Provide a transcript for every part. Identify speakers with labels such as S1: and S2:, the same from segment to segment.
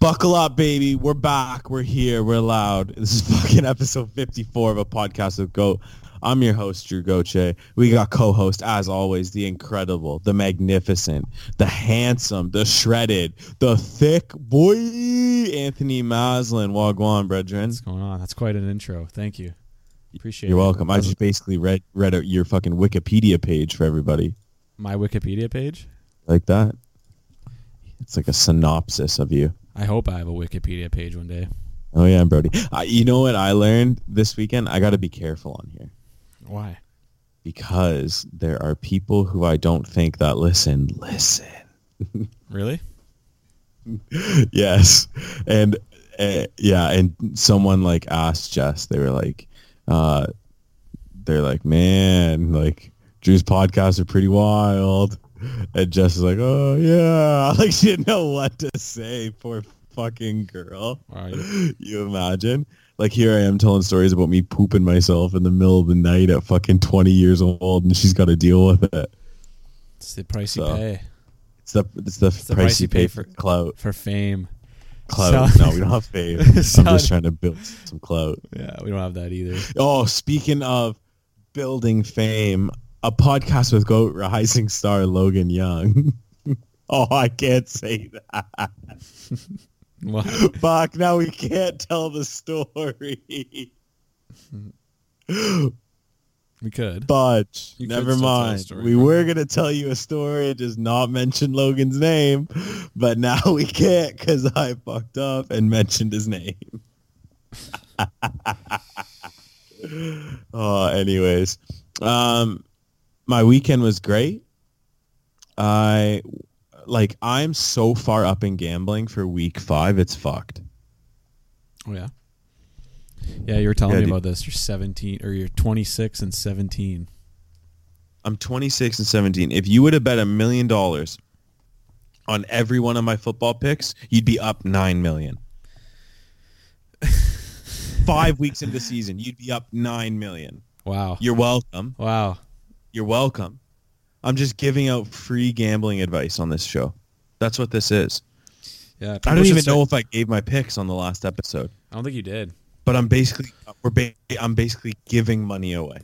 S1: Buckle up, baby. We're back. We're here. We're loud. This is fucking episode 54 of a podcast of Goat. I'm your host, Drew Goche. We got co-host, as always, the incredible, the magnificent, the handsome, the shredded, the thick boy, Anthony Maslin. Wagwan, brethren.
S2: What's going on? That's quite an intro. Thank you. Appreciate
S1: You're
S2: it.
S1: welcome. I just basically read read out your fucking Wikipedia page for everybody.
S2: My Wikipedia page?
S1: Like that. It's like a synopsis of you.
S2: I hope I have a Wikipedia page one day.
S1: Oh yeah, Brody. I, you know what I learned this weekend? I got to be careful on here
S2: Why?
S1: because there are people who I don't think that listen. Listen.
S2: Really?
S1: yes, and uh, yeah, and someone like asked Jess. They were like, uh, they're like, man, like Drew's podcasts are pretty wild. And Jess is like, oh yeah, like she didn't know what to say. Poor fucking girl.
S2: Wow, you-
S1: you imagine? Like here I am telling stories about me pooping myself in the middle of the night at fucking 20 years old and she's got to deal with it.
S2: It's the price you
S1: So-
S2: pay
S1: It's the it's the,
S2: the
S1: price you pay for clout.
S2: for fame.
S1: Clout.
S2: So-
S1: no, we don't have fame. I'm
S2: Sound-
S1: just trying to build some clout.
S2: Yeah, we don't have that either.
S1: Oh, speaking of building fame, a podcast with Goat Rising Star Logan Young. oh, I can't say that.
S2: Well,
S1: Fuck, now we can't tell the story.
S2: we could.
S1: Budge.
S2: You could
S1: Never
S2: still tell the
S1: mind.
S2: story,
S1: we
S2: bro.
S1: were gonna tell you a story and just not mention Logan's name, but now we can't because I fucked up and mentioned his name. oh, anyways, um, my weekend was great. I like I'm so far up in gambling for week five. It's fucked.
S2: Oh yeah. Yeah, you were telling
S1: Yeah,
S2: me
S1: dude.
S2: about this. You're 17 or you're 26 and 17.
S1: I'm 26 and 17. If you would have bet a million dollars on every one of my football picks, you'd be up 9 million. 5 weeks into the season, you'd be up 9 million.
S2: Wow.
S1: You're welcome.
S2: Wow.
S1: You're welcome. I'm just giving out free gambling advice on this show. That's what this is.
S2: Yeah.
S1: I
S2: people
S1: don't
S2: should
S1: even
S2: start-
S1: know if I gave my picks on the last episode,
S2: I don't think you did.
S1: but I'm basically we're ba- I'm basically giving money away.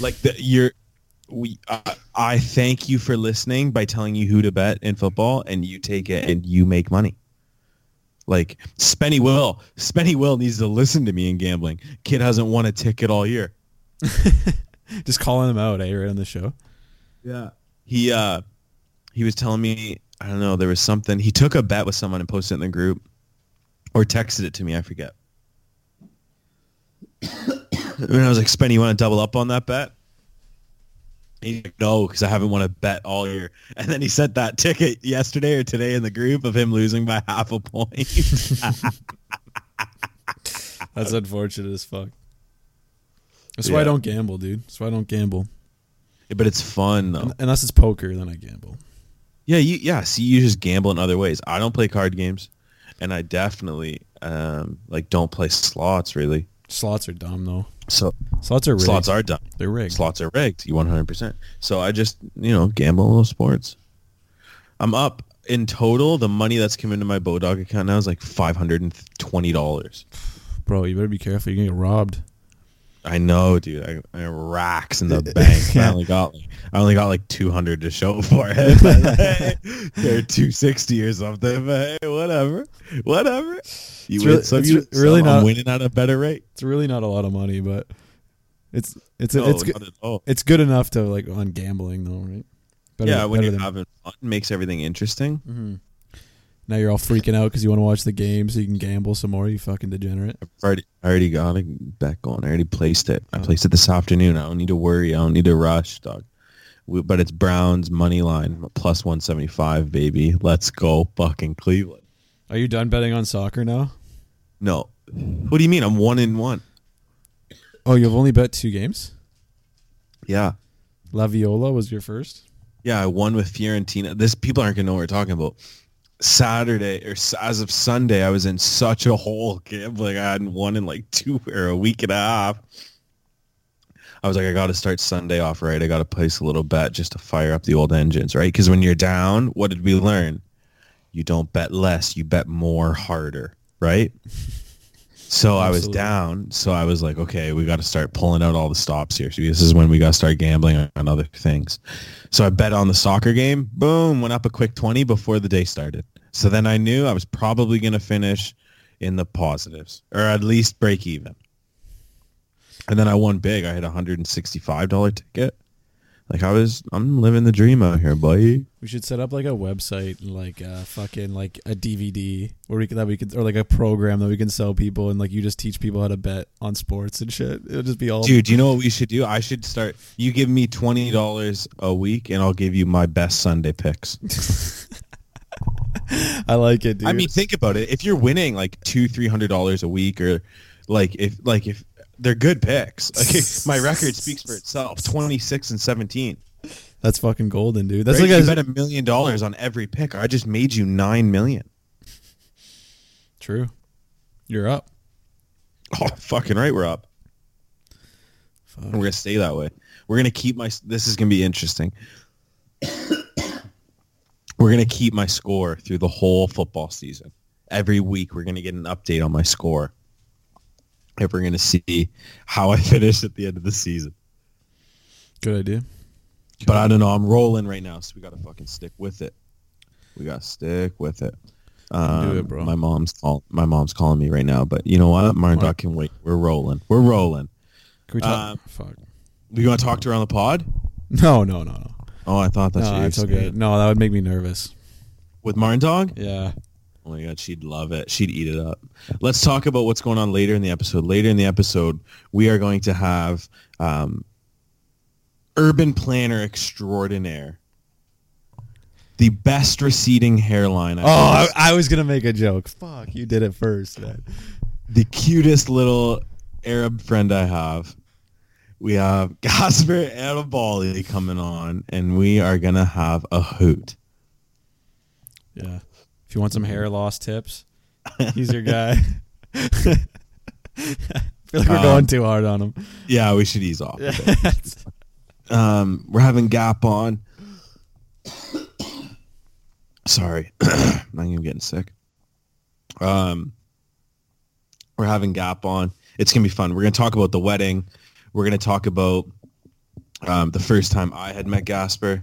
S1: like the, you're we I I thank you for listening by telling you who to bet in football and you take it and you make money like spenny will spenny will needs to listen to me in gambling kid hasn't won a ticket all year
S2: Just calling them out, eh, right on the show.
S1: yeah he uh he was telling me i don't know there was something he took a bet with someone and posted it in the group or texted it to me i forget and i was like spenny you want to double up on that bet He's like, no, because I haven't won a bet all year. And then he sent that ticket yesterday or today in the group of him losing by half a point.
S2: That's unfortunate as fuck. That's why I
S1: Yeah.
S2: don't gamble, dude. That's why I don't gamble.
S1: but it's fun though.
S2: Un- Unless it's poker, then I gamble.
S1: Yeah, you yeah. See, you just gamble in other ways. I don't play card games, and I definitely um like don't play slots really.
S2: Slots are dumb though.
S1: So
S2: Slots are rigged.
S1: slots are done.
S2: they're rigged.
S1: Slots are rigged. You one hundred percent. So I just you know gamble a little sports. I'm up in total. The money that's come into my Bodog account now is like five hundred and twenty dollars.
S2: Bro, you better be careful. You're gonna get robbed.
S1: I know, dude. I, I racks in the bank. I only got like I only got like two hundred to show for it. But, hey, they're two sixty or something. But hey, whatever, whatever. You
S2: It's
S1: win
S2: really-
S1: some,
S2: it's
S1: you
S2: re- really
S1: some. I'm
S2: not-
S1: winning at a better rate.
S2: It's really not a lot of money, but it's it's
S1: No,
S2: it's
S1: not
S2: good.
S1: at all.
S2: It's good enough to like on gambling though, right? Better,
S1: yeah, when
S2: better
S1: you're
S2: than-
S1: having fun, makes everything interesting.
S2: now you're all freaking out because you want to watch the game so you can gamble some more. You fucking degenerate.
S1: I've already, I already got it back on. I already placed it. I placed it this afternoon. I don't need to worry. I don't need to rush, dog. We, but it's Browns money line plus one seventy five, baby. Let's go, fucking Cleveland.
S2: Are you done betting on soccer now?
S1: No. What do you mean? I'm one in one.
S2: Oh, you've only bet two games.
S1: Yeah.
S2: Laviola was your first.
S1: Yeah, I won with Fiorentina. This people aren't gonna know what we're talking about. Saturday or s- as of Sunday, I was in such a hole gambling. I hadn't won in like two or a week and a half. I was like, I got to start Sunday off right. I got to place a little bet just to fire up the old engines, right? Because when you're down, what did we learn? you don't bet less, you bet more harder, right? So I was
S2: Absolutely.
S1: down. So I was like, okay, we got to start pulling out all the stops here. So this is when we got to start gambling on other things. So I bet on the soccer game. Boom, went up a quick 20 before the day started. So then I knew I was probably going to finish in the positives or at least break even. And then I won big. I had a $165 ticket. Like I was, I'm living the dream out here, buddy.
S2: We should set up like a website, like a fucking like a DVD where we could that we could or like a program that we can sell people, and like you just teach people how to bet on sports and shit. It'll just be all
S1: Dude, you know what we should do? I should start. You give me twenty dollars a week, and I'll give you my best Sunday picks.
S2: I like it, dude.
S1: I mean, think about it. If you're winning like two, three hundred dollars a week, or like if like if they're good picks, like my record speaks for itself. Twenty six and seventeen.
S2: that's fucking golden, dude. That's
S1: right?
S2: like
S1: you
S2: a,
S1: bet a million dollars on every pick. I just made you nine million.
S2: true. You're up.
S1: Oh, fucking right, we're up.
S2: Fuck.
S1: And We're gonna stay that way. We're gonna keep my. This is gonna be interesting. we're gonna keep my score through the whole football season. Every week, we're gonna get an update on my score, and we're gonna see how I finish at the end of the season.
S2: Good idea.
S1: But I don't know. I'm rolling right now, so we gotta fucking stick with it. We gotta stick with it. Um,
S2: it, bro.
S1: My mom's call. My mom's calling me right now. But you know what? Mine
S2: Alright.
S1: can wait. We're rolling. We're rolling.
S2: Can we talk?
S1: Um,
S2: fuck.
S1: You want to talk to her on the pod?
S2: No, no, no, no.
S1: Oh, I thought that's
S2: no,
S1: what you
S2: that's
S1: were
S2: okay.
S1: saying.
S2: No, that would make me nervous.
S1: With Martin Dog?
S2: Yeah.
S1: Oh my god, she'd love it. She'd eat it up. Let's talk about what's going on later in the episode. Later in the episode, we are going to have um, urban planner extraordinaire, the best receding hairline. I've
S2: Oh, I,
S1: ever
S2: I was gonna make a joke. Fuck, you did it first, man.
S1: the cutest little Arab friend I have. We have Gasper Adebali coming on, and we are gonna have a hoot.
S2: Yeah. If you want some hair loss tips, he's your guy. I feel like we're
S1: Um,
S2: going too hard on him.
S1: Yeah, we should ease off. a bit. um, we're having Gap on. Sorry, I'm getting sick. Um, we're having Gap on. It's gonna be fun. We're gonna talk about the wedding. We're gonna talk about um, the first time I had met Gasper.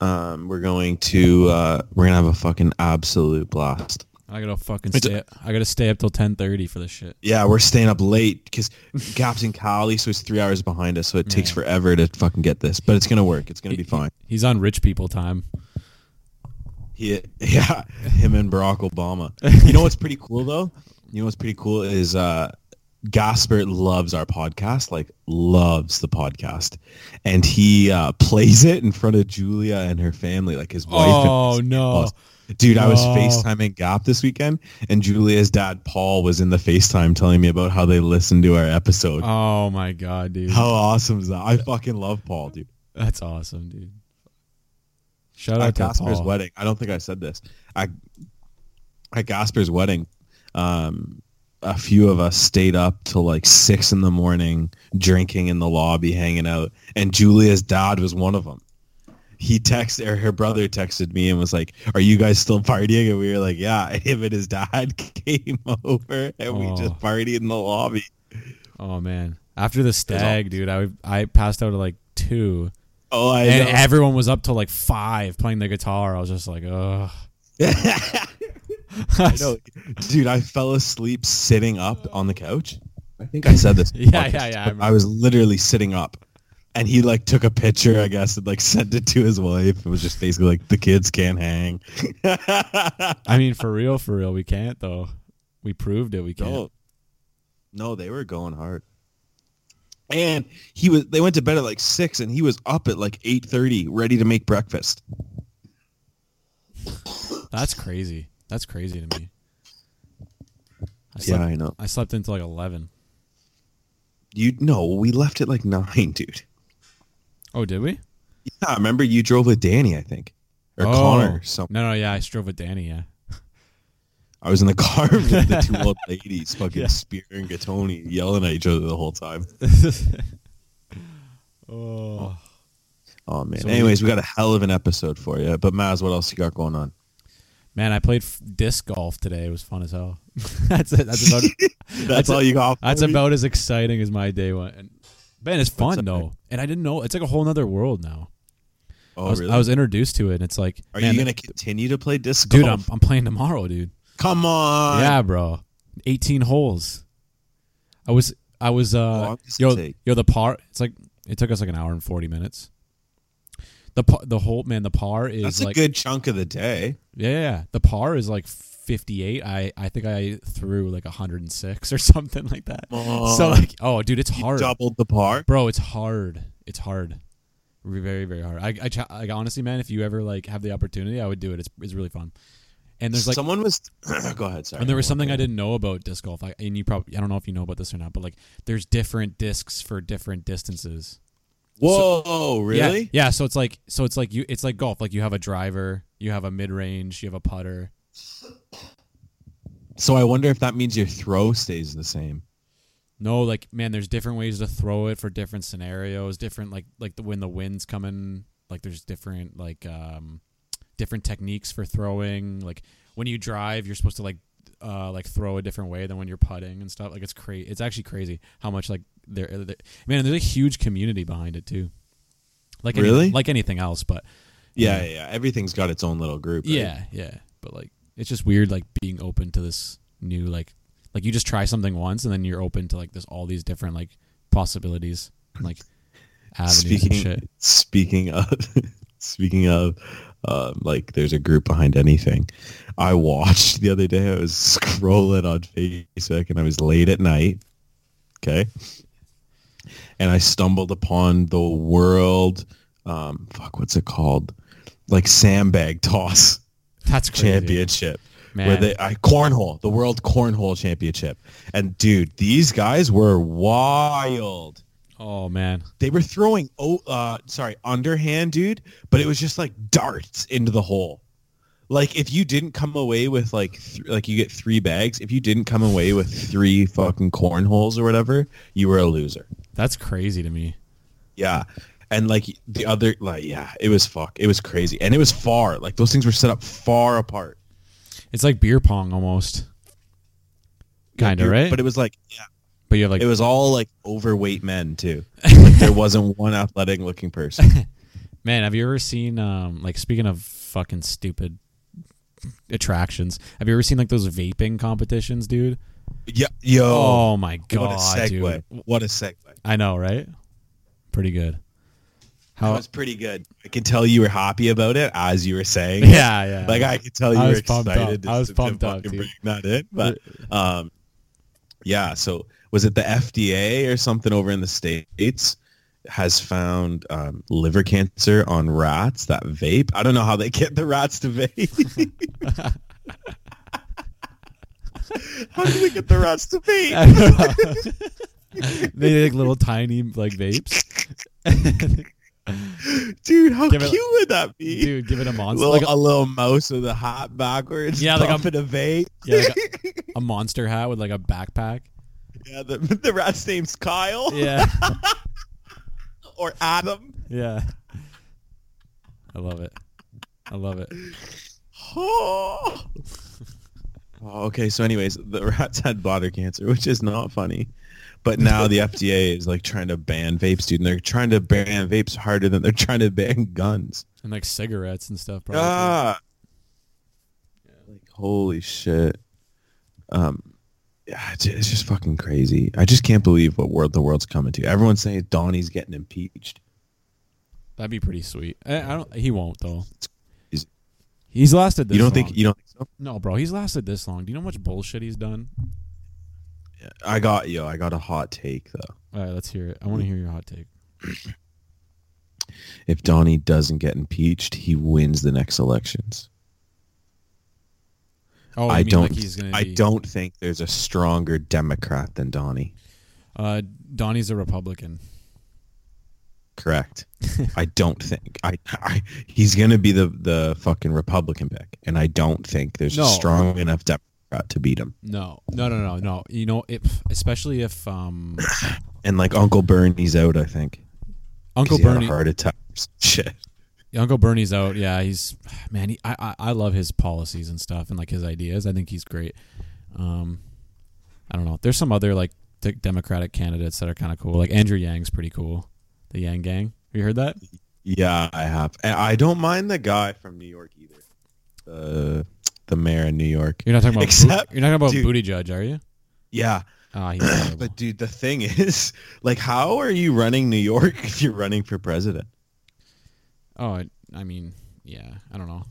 S1: Um, we're going to uh, we're gonna have a fucking absolute blast.
S2: I gotta fucking
S1: It's-
S2: stay. I gotta stay up till ten thirty for this shit.
S1: Yeah, we're staying up late because Gap's in Cali, so it's three hours behind us. So it takes
S2: Yeah.
S1: forever to fucking get this, but it's gonna work. It's gonna be
S2: He-
S1: fine.
S2: He's on rich people time.
S1: He, yeah, him and Barack Obama. You know what's pretty cool though? You know what's pretty cool is uh, Gasper loves our podcast, like loves the podcast, and he uh, plays it in front of Julia and her family, like his wife. and
S2: Oh no!
S1: Dude, I was
S2: No.
S1: FaceTiming Gap this weekend, and Julia's dad, Paul, was in the FaceTime telling me about how they listened to our episode.
S2: Oh my god, dude.
S1: How awesome is that? I fucking love Paul, dude.
S2: That's awesome, dude. Shout
S1: At
S2: out to
S1: Gasper's
S2: Paul.
S1: wedding, I don't think I said this. I, at Gasper's wedding, um, a few of us stayed up till like six in the morning, drinking in the lobby, hanging out, and Julia's dad was one of them. He texted, or her brother texted me and was like, "Are you guys still partying?" And we were like, "Yeah." Him and his dad came over, and we
S2: Aw.
S1: just partied in the lobby.
S2: Oh man! After the stag, dude, I I passed out at like two,
S1: Oh, I
S2: and
S1: know.
S2: everyone was up till like five playing the guitar. I was just like, ugh.
S1: I know, dude. I fell asleep sitting up on the couch. I think I said this.
S2: Yeah, yeah, yeah, I
S1: I, was literally sitting up, and he like took a picture, I guess, and like sent it to his wife. It was just basically like the kids can't hang.
S2: I mean, for real, for real, we can't though. We proved it. We can't.
S1: no, no, they were going hard. And he was. They went to bed at like six, and he was up at like eight thirty, ready to make breakfast.
S2: That's crazy. That's crazy to me. I
S1: Yeah,
S2: slept,
S1: I know.
S2: I slept until like eleven.
S1: You no, we left at like nine, dude.
S2: Oh, did we?
S1: Yeah, remember you drove with Danny, I think, or
S2: oh.
S1: Connor. Some
S2: No, no, yeah, I drove with Danny. Yeah,
S1: I was in the car with the two old ladies, fucking
S2: Yeah.
S1: spearing Gatoni, yelling at each other the whole time.
S2: oh,
S1: Oh man.
S2: So we-
S1: Anyways, we got a hell of an episode for you. But Maz, what else you got going on?
S2: Man, I played f- disc golf today. It was fun as hell. that's it. That's about.
S1: That's,
S2: That's
S1: all you got.
S2: that's
S1: for me?
S2: about as exciting as my day went. And man, it's fun
S1: That's
S2: though. And I didn't know it's like a whole nother world now.
S1: Oh,
S2: I, was,
S1: really?
S2: I was introduced to it, and it's like,
S1: Are
S2: man,
S1: you gonna continue to play disc
S2: dude? I'm,
S1: golf?
S2: I'm playing tomorrow, dude.
S1: Come on.
S2: yeah, bro. 18 holes. I was I was uh
S1: Long does it
S2: yo
S1: take?
S2: yo the par it's like it took us like an hour and 40 minutes. The par, the whole man the par is
S1: That's a
S2: like
S1: good chunk of the day.
S2: yeah, yeah, yeah. the par is like 58. I I think I threw like 106 or something like that.
S1: Come on.
S2: so like oh dude, it's
S1: You
S2: hard.
S1: doubled the par.
S2: Bro, it's hard. It's hard. Very very hard. I I ch- like honestly man, if you ever like have the opportunity, I would do it. It's it's really fun. And there's like
S1: someone was. go ahead. Sorry.
S2: and there was something I
S1: did.
S2: didn't know about disc golf. I, and you probably I don't know if you know about this or not, but like there's different discs for different distances.
S1: Whoa!
S2: Yeah.
S1: really?
S2: Yeah, so it's like so it's like you it's like golf. Like you have a driver, you have a mid range, you have a putter.
S1: So I wonder if that means your throw stays the same.
S2: No, like man, there's different ways to throw it for different scenarios, different like like the when the wind's coming, like there's different like um different techniques for throwing. Like when you drive, you're supposed to like uh like throw a different way than when you're putting and stuff. Like it's crazy. It's actually crazy how much like there there- man, there's a huge community behind it too. Like any-
S1: Really?
S2: like anything else, but
S1: Yeah, yeah. yeah. Everything's got its own little group. right?
S2: yeah, yeah. But like it's just weird like being open to this new like like you just try something once and then you're open to like this all these different like possibilities and, like avenues
S1: Speaking.
S2: and shit.
S1: Speaking of. speaking of. Um, like there's a group behind anything. I watched the other day. I was scrolling on Facebook and I was late at night. Okay. And I stumbled upon the world. Um, fuck, what's it called? Like sandbag toss.
S2: That's crazy.
S1: championship where
S2: Man.
S1: they I, cornhole the world cornhole championship and dude these guys were wild
S2: Oh man.
S1: they were throwing oh uh sorry underhand dude but it was just like darts into the hole like if you didn't come away with like th- like you get three bags if you didn't come away with three fucking cornholes or whatever you were a loser
S2: That's crazy to me.
S1: yeah. And like the other like yeah, it was fuck. It was crazy. And it was far. Like those things were set up far apart.
S2: It's like beer pong almost. Kinda,
S1: Like,
S2: right?
S1: But
S2: But,
S1: it was like yeah,
S2: you have like
S1: It was all like overweight men too. Like there wasn't one athletic looking person.
S2: Man, have you ever seen um like speaking of fucking stupid attractions, have you ever seen like those vaping competitions, dude?
S1: Yeah, yo,
S2: Oh, my
S1: what a
S2: god,
S1: segue!
S2: dude.
S1: What a segue!
S2: I know, right? Pretty good.
S1: That
S2: How
S1: was pretty good. I can tell you were happy about it as you were saying. it.
S2: Yeah, yeah.
S1: like I could tell you
S2: I
S1: were
S2: was pumped up.
S1: excited. to-
S2: I was
S1: to
S2: pumped up,
S1: fucking
S2: dude.
S1: Bring that in, but um, yeah. So was it the FDA or something over in the states? has found um, liver cancer on rats that vape. I don't know how they get the rats to vape. how do they get the rats to vape?
S2: they like little tiny like vapes.
S1: Dude, how
S2: Give
S1: cute
S2: it-
S1: would that be?
S2: Dude, give it a monster
S1: little,
S2: like a,
S1: a little mouse with a hat backwards.
S2: Yeah, like a-
S1: pumping a vape.
S2: yeah, like a, a monster hat with like a backpack.
S1: Yeah, the, the rat's name's Kyle
S2: Yeah.
S1: or Adam.
S2: Yeah. I love it. I love it.
S1: Oh. okay. So, anyways, the rats had bladder cancer, which is not funny. But now the FDA is like trying to ban vapes, dude. And they're trying to ban vapes harder than they're trying to ban guns.
S2: And like cigarettes and stuff probably.
S1: Ah. Like, holy shit. Um, yeah, it's it's just fucking crazy. I just can't believe what world the world's coming to. Everyone's saying Donnie's getting impeached.
S2: That'd be pretty sweet. I, I don't he won't though.
S1: He's-
S2: He's lasted this
S1: you don't
S2: long.
S1: think? You don't think so?
S2: No, bro, he's lasted this long. Do you know how much bullshit he's done?
S1: I got yo. I got a hot take though.
S2: All right, let's hear it. I want to hear your hot take.
S1: if Donnie doesn't get impeached, he wins the next elections.
S2: Oh,
S1: I
S2: you mean
S1: don't.
S2: Like he's gonna
S1: I
S2: be-
S1: don't think there's a stronger Democrat than Donnie.
S2: Uh, Donnie's a Republican.
S1: Correct. I don't think. I, I. He's gonna be the the fucking Republican pick, and I don't think there's
S2: No.
S1: a strong enough Democrat to beat him.
S2: No, no, no, no, no. You know, if especially if um,
S1: And like Uncle Bernie's out, I think.
S2: Uncle
S1: 'cause he had a
S2: Bernie,
S1: heart attack. or some Shit.
S2: Uncle Bernie's out. Yeah, he's man. He, I, I I love his policies and stuff and like his ideas. I think he's great. Um, I don't know. There's some other like de- Democratic candidates that are kind of cool. Like Andrew Yang's pretty cool. The Yang Gang. Have you heard that?
S1: Yeah, I have. And I don't mind the guy from New York either. The the mayor in New York.
S2: You're not talking about
S1: Except-
S2: Bo- you're not talking about
S1: dude.
S2: Booty Judge, are you?
S1: Yeah,
S2: Ah, he's terrible.
S1: but dude, the thing is, like, how are you running New York if you're running for president?
S2: oh, I, I mean, yeah. I don't know.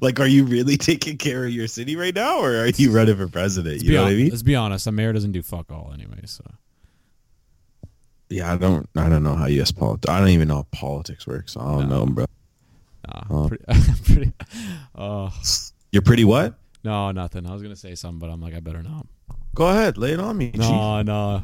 S1: Like, are you really taking care of your city right now, or are you running for president?
S2: Let's
S1: You
S2: be
S1: know what I
S2: hon-
S1: mean?
S2: Let's be honest. The mayor doesn't do fuck all anyway. So
S1: Yeah, I don't. I don't know how U.S. politics. I don't even know how politics works. I don't
S2: No.
S1: know, bro.
S2: nah,
S1: Oh.
S2: Uh, pretty, I'm pretty. Oh
S1: You're pretty what?
S2: no, nothing. I was gonna say something, but I'm like, I better not.
S1: Go ahead, lay it on me. Chief.
S2: No, no.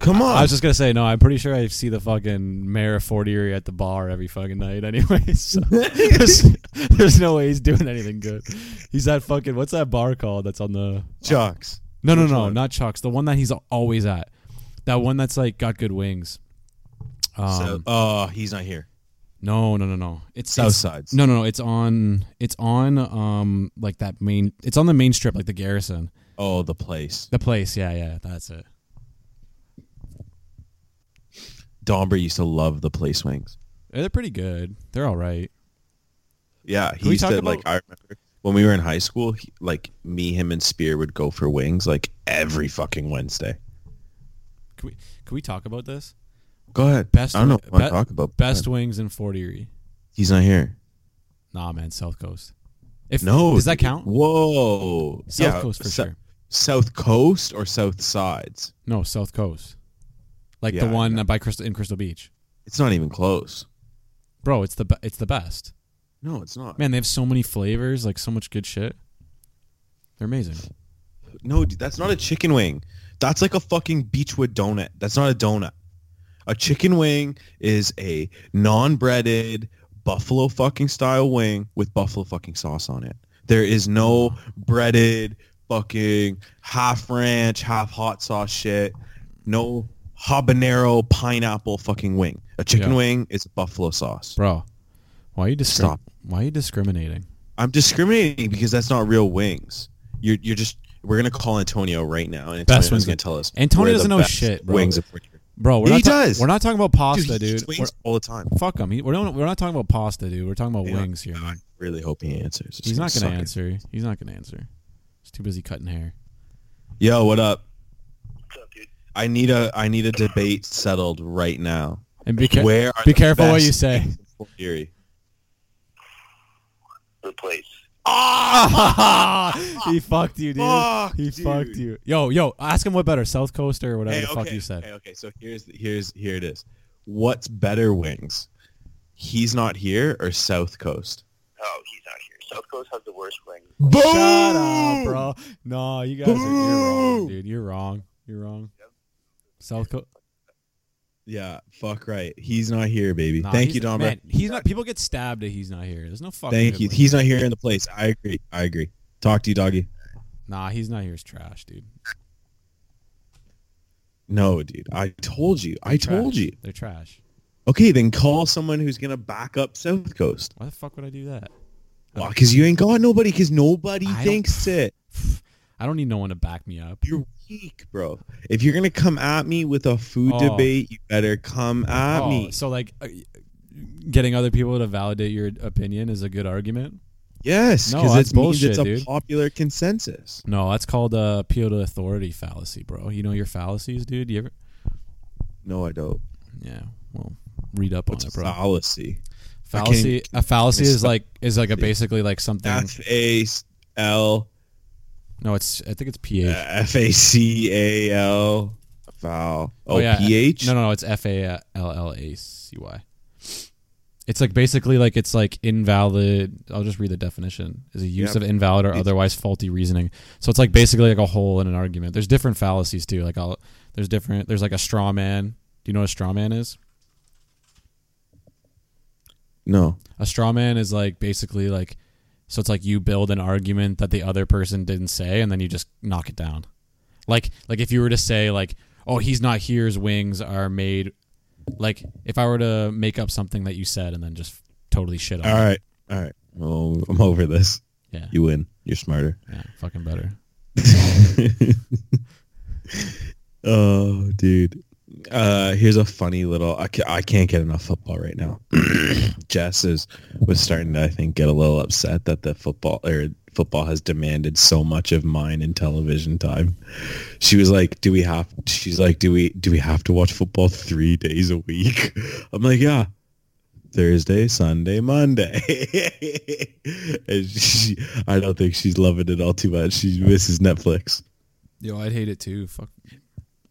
S1: Come on.
S2: I was just gonna say no. I'm pretty sure I see the fucking mayor of Fort Erie at the bar every fucking night. Anyway, so there's, there's no way he's doing anything good. He's that fucking what's that bar called? That's on the
S1: Chucks.
S2: no, no,
S1: Which
S2: no,
S1: one?
S2: not Chuck's. The one that he's always at. That one that's like got good wings. Um,
S1: so, oh, he's not here.
S2: no, no, no, no. It's
S1: South
S2: it's-
S1: sides.
S2: No, no, no. It's on. It's on. Um, like that main. It's on the main strip, like the Garrison,
S1: Oh, the place.
S2: the place. Yeah, yeah. That's it.
S1: Domber used to love the place wings.
S2: They're pretty good. They're all right.
S1: Yeah, he
S2: we
S1: used
S2: talk
S1: to
S2: about-
S1: like. I remember when we were in high school. He, like me, him, and Spear would go for wings like every fucking Wednesday.
S2: Can we can we talk about this?
S1: Go ahead.
S2: Best-
S1: I don't know what
S2: be-
S1: to talk about.
S2: Best wings in Fort Erie.
S1: He's not here.
S2: Nah, man, South Coast. If
S1: No.
S2: does that
S1: dude.
S2: count?
S1: Whoa.
S2: South
S1: Yeah,
S2: Coast for
S1: so-
S2: sure.
S1: South Coast or South Sides?
S2: No, South Coast. Like
S1: Yeah,
S2: the
S1: I
S2: one by Crystal in Crystal Beach,
S1: It's not even close.
S2: bro. It's the be- it's the best.
S1: No, it's not.
S2: Man, they have so many flavors, like so much good shit. They're amazing.
S1: No, dude, that's not a chicken wing. That's like a fucking beechwood donut. That's not a donut. A chicken wing is a non-breaded buffalo fucking style wing with buffalo fucking sauce on it. There is no breaded fucking half ranch, half hot sauce shit. No habanero pineapple fucking wing. A chicken
S2: Yeah.
S1: wing is buffalo sauce.
S2: Bro, why are you discrim-
S1: Stop.
S2: Why are you discriminating?
S1: I'm discriminating because that's not real wings. You're you're just we're gonna call Antonio right now, and
S2: Best
S1: Antonio's
S2: wings-
S1: gonna tell us.
S2: Antonio
S1: where the
S2: doesn't know
S1: best
S2: shit, bro.
S1: Wings. Of-
S2: Bro, we're
S1: He
S2: not ta-
S1: does.
S2: We're not talking about pasta,
S1: he
S2: dude.
S1: eats wings all the time.
S2: We're- fuck him. He, we're, not, we're not talking about pasta, dude. We're talking about
S1: Yeah.
S2: wings here, man.
S1: Really hope he answers. It's
S2: He's not gonna
S1: suck.
S2: answer. He's not gonna answer. He's too busy cutting hair.
S1: Yo, what up?
S3: What's up, dude?
S1: I need a I need a debate settled right now.
S2: And be, ca-
S1: Where are
S2: be
S1: the
S2: careful what
S1: best
S2: you say.
S1: wings in Fort Erie?
S3: The place.
S2: Ah! he fucked you, dude.
S1: Fuck,
S2: he
S1: dude.
S2: fucked you. Yo, yo, ask him what better, South Coast or whatever
S1: Hey,
S2: the
S1: okay.
S2: fuck you said.
S1: Hey, okay, so here's here's here it is. What's better wings? He's not here or South Coast?
S3: Oh, he's not here. South Coast has the worst wings.
S1: Boom!
S2: Shut up, bro. No, you guys are you're wrong,
S1: Boom.
S2: dude. You're wrong. You're wrong.
S3: Yep.
S2: South Coast.
S1: Yeah, fuck right. He's not here, baby. Thank you, Don.
S2: Man, he's not. People get stabbed. That he's not here. There's no fucking.
S1: Thank
S2: good
S1: you.
S2: way.
S1: He's not here in the place. I agree. I agree. Talk to you, doggy.
S2: nah, he's not here. It's trash, dude.
S1: No, dude. I told you. I
S2: Trash.
S1: told you.
S2: They're trash.
S1: Okay, then call someone who's gonna back up South Coast.
S2: Why the fuck would I do that?
S1: Because you ain't got nobody. Because nobody
S2: I don't-
S1: thinks it.
S2: I don't need no one to back me up.
S1: You're weak, bro. If you're gonna come at me with a food
S2: Oh.
S1: debate, you better come at
S2: Oh,
S1: me.
S2: So like, uh, getting other people to validate your opinion is a good argument.
S1: Yes,
S2: No,
S1: because
S2: that's
S1: it means it's
S2: bullshit,
S1: a
S2: dude.
S1: popular consensus.
S2: No, that's called uh, appeal to authority fallacy, bro. You know your fallacies, dude. You ever?
S1: No, I don't.
S2: Yeah. Well, read up on
S1: It's
S2: it,
S1: a
S2: bro.
S1: fallacy.
S2: Fallacy. A fallacy is
S1: misspell-
S2: like is like a basically like something.
S1: F A L uh,
S2: No, it's I think it's ph.
S1: F A C A L foul. Oh, pH.
S2: No, no, no. It's F A L L A C Y. It's like basically like it's like invalid. I'll just read the definition. Is a use
S1: Yep.
S2: of invalid or otherwise faulty reasoning. So it's like basically like a hole in an argument. There's different fallacies too. Like I'll, there's different. There's like a straw man. Do you know what a straw man is?
S1: no.
S2: A straw man is like basically like, so it's like you build an argument that the other person didn't say, and then you just knock it down. Like like if you were to say like, oh, he's not here. His wings are made. Like if I were to make up something that you said and then just totally shit on.
S1: All
S2: it.
S1: right. All right. Well, I'm over this.
S2: Yeah.
S1: Uh, You win. You're smarter.
S2: yeah, fucking better.
S1: oh, dude. Uh, here's a funny little. I, ca- I can't get enough football right now. Jess is was starting to, I think, get a little upset that the football or football has demanded so much of mine and television time. She was like, "Do we have?" She's like, "Do we do we have to watch football three days a week?" I'm like, "Yeah, Thursday, Sunday, Monday. and she, I don't think she's loving it all too much. She misses Netflix.
S4: Yo, I'd hate it too. Fuck.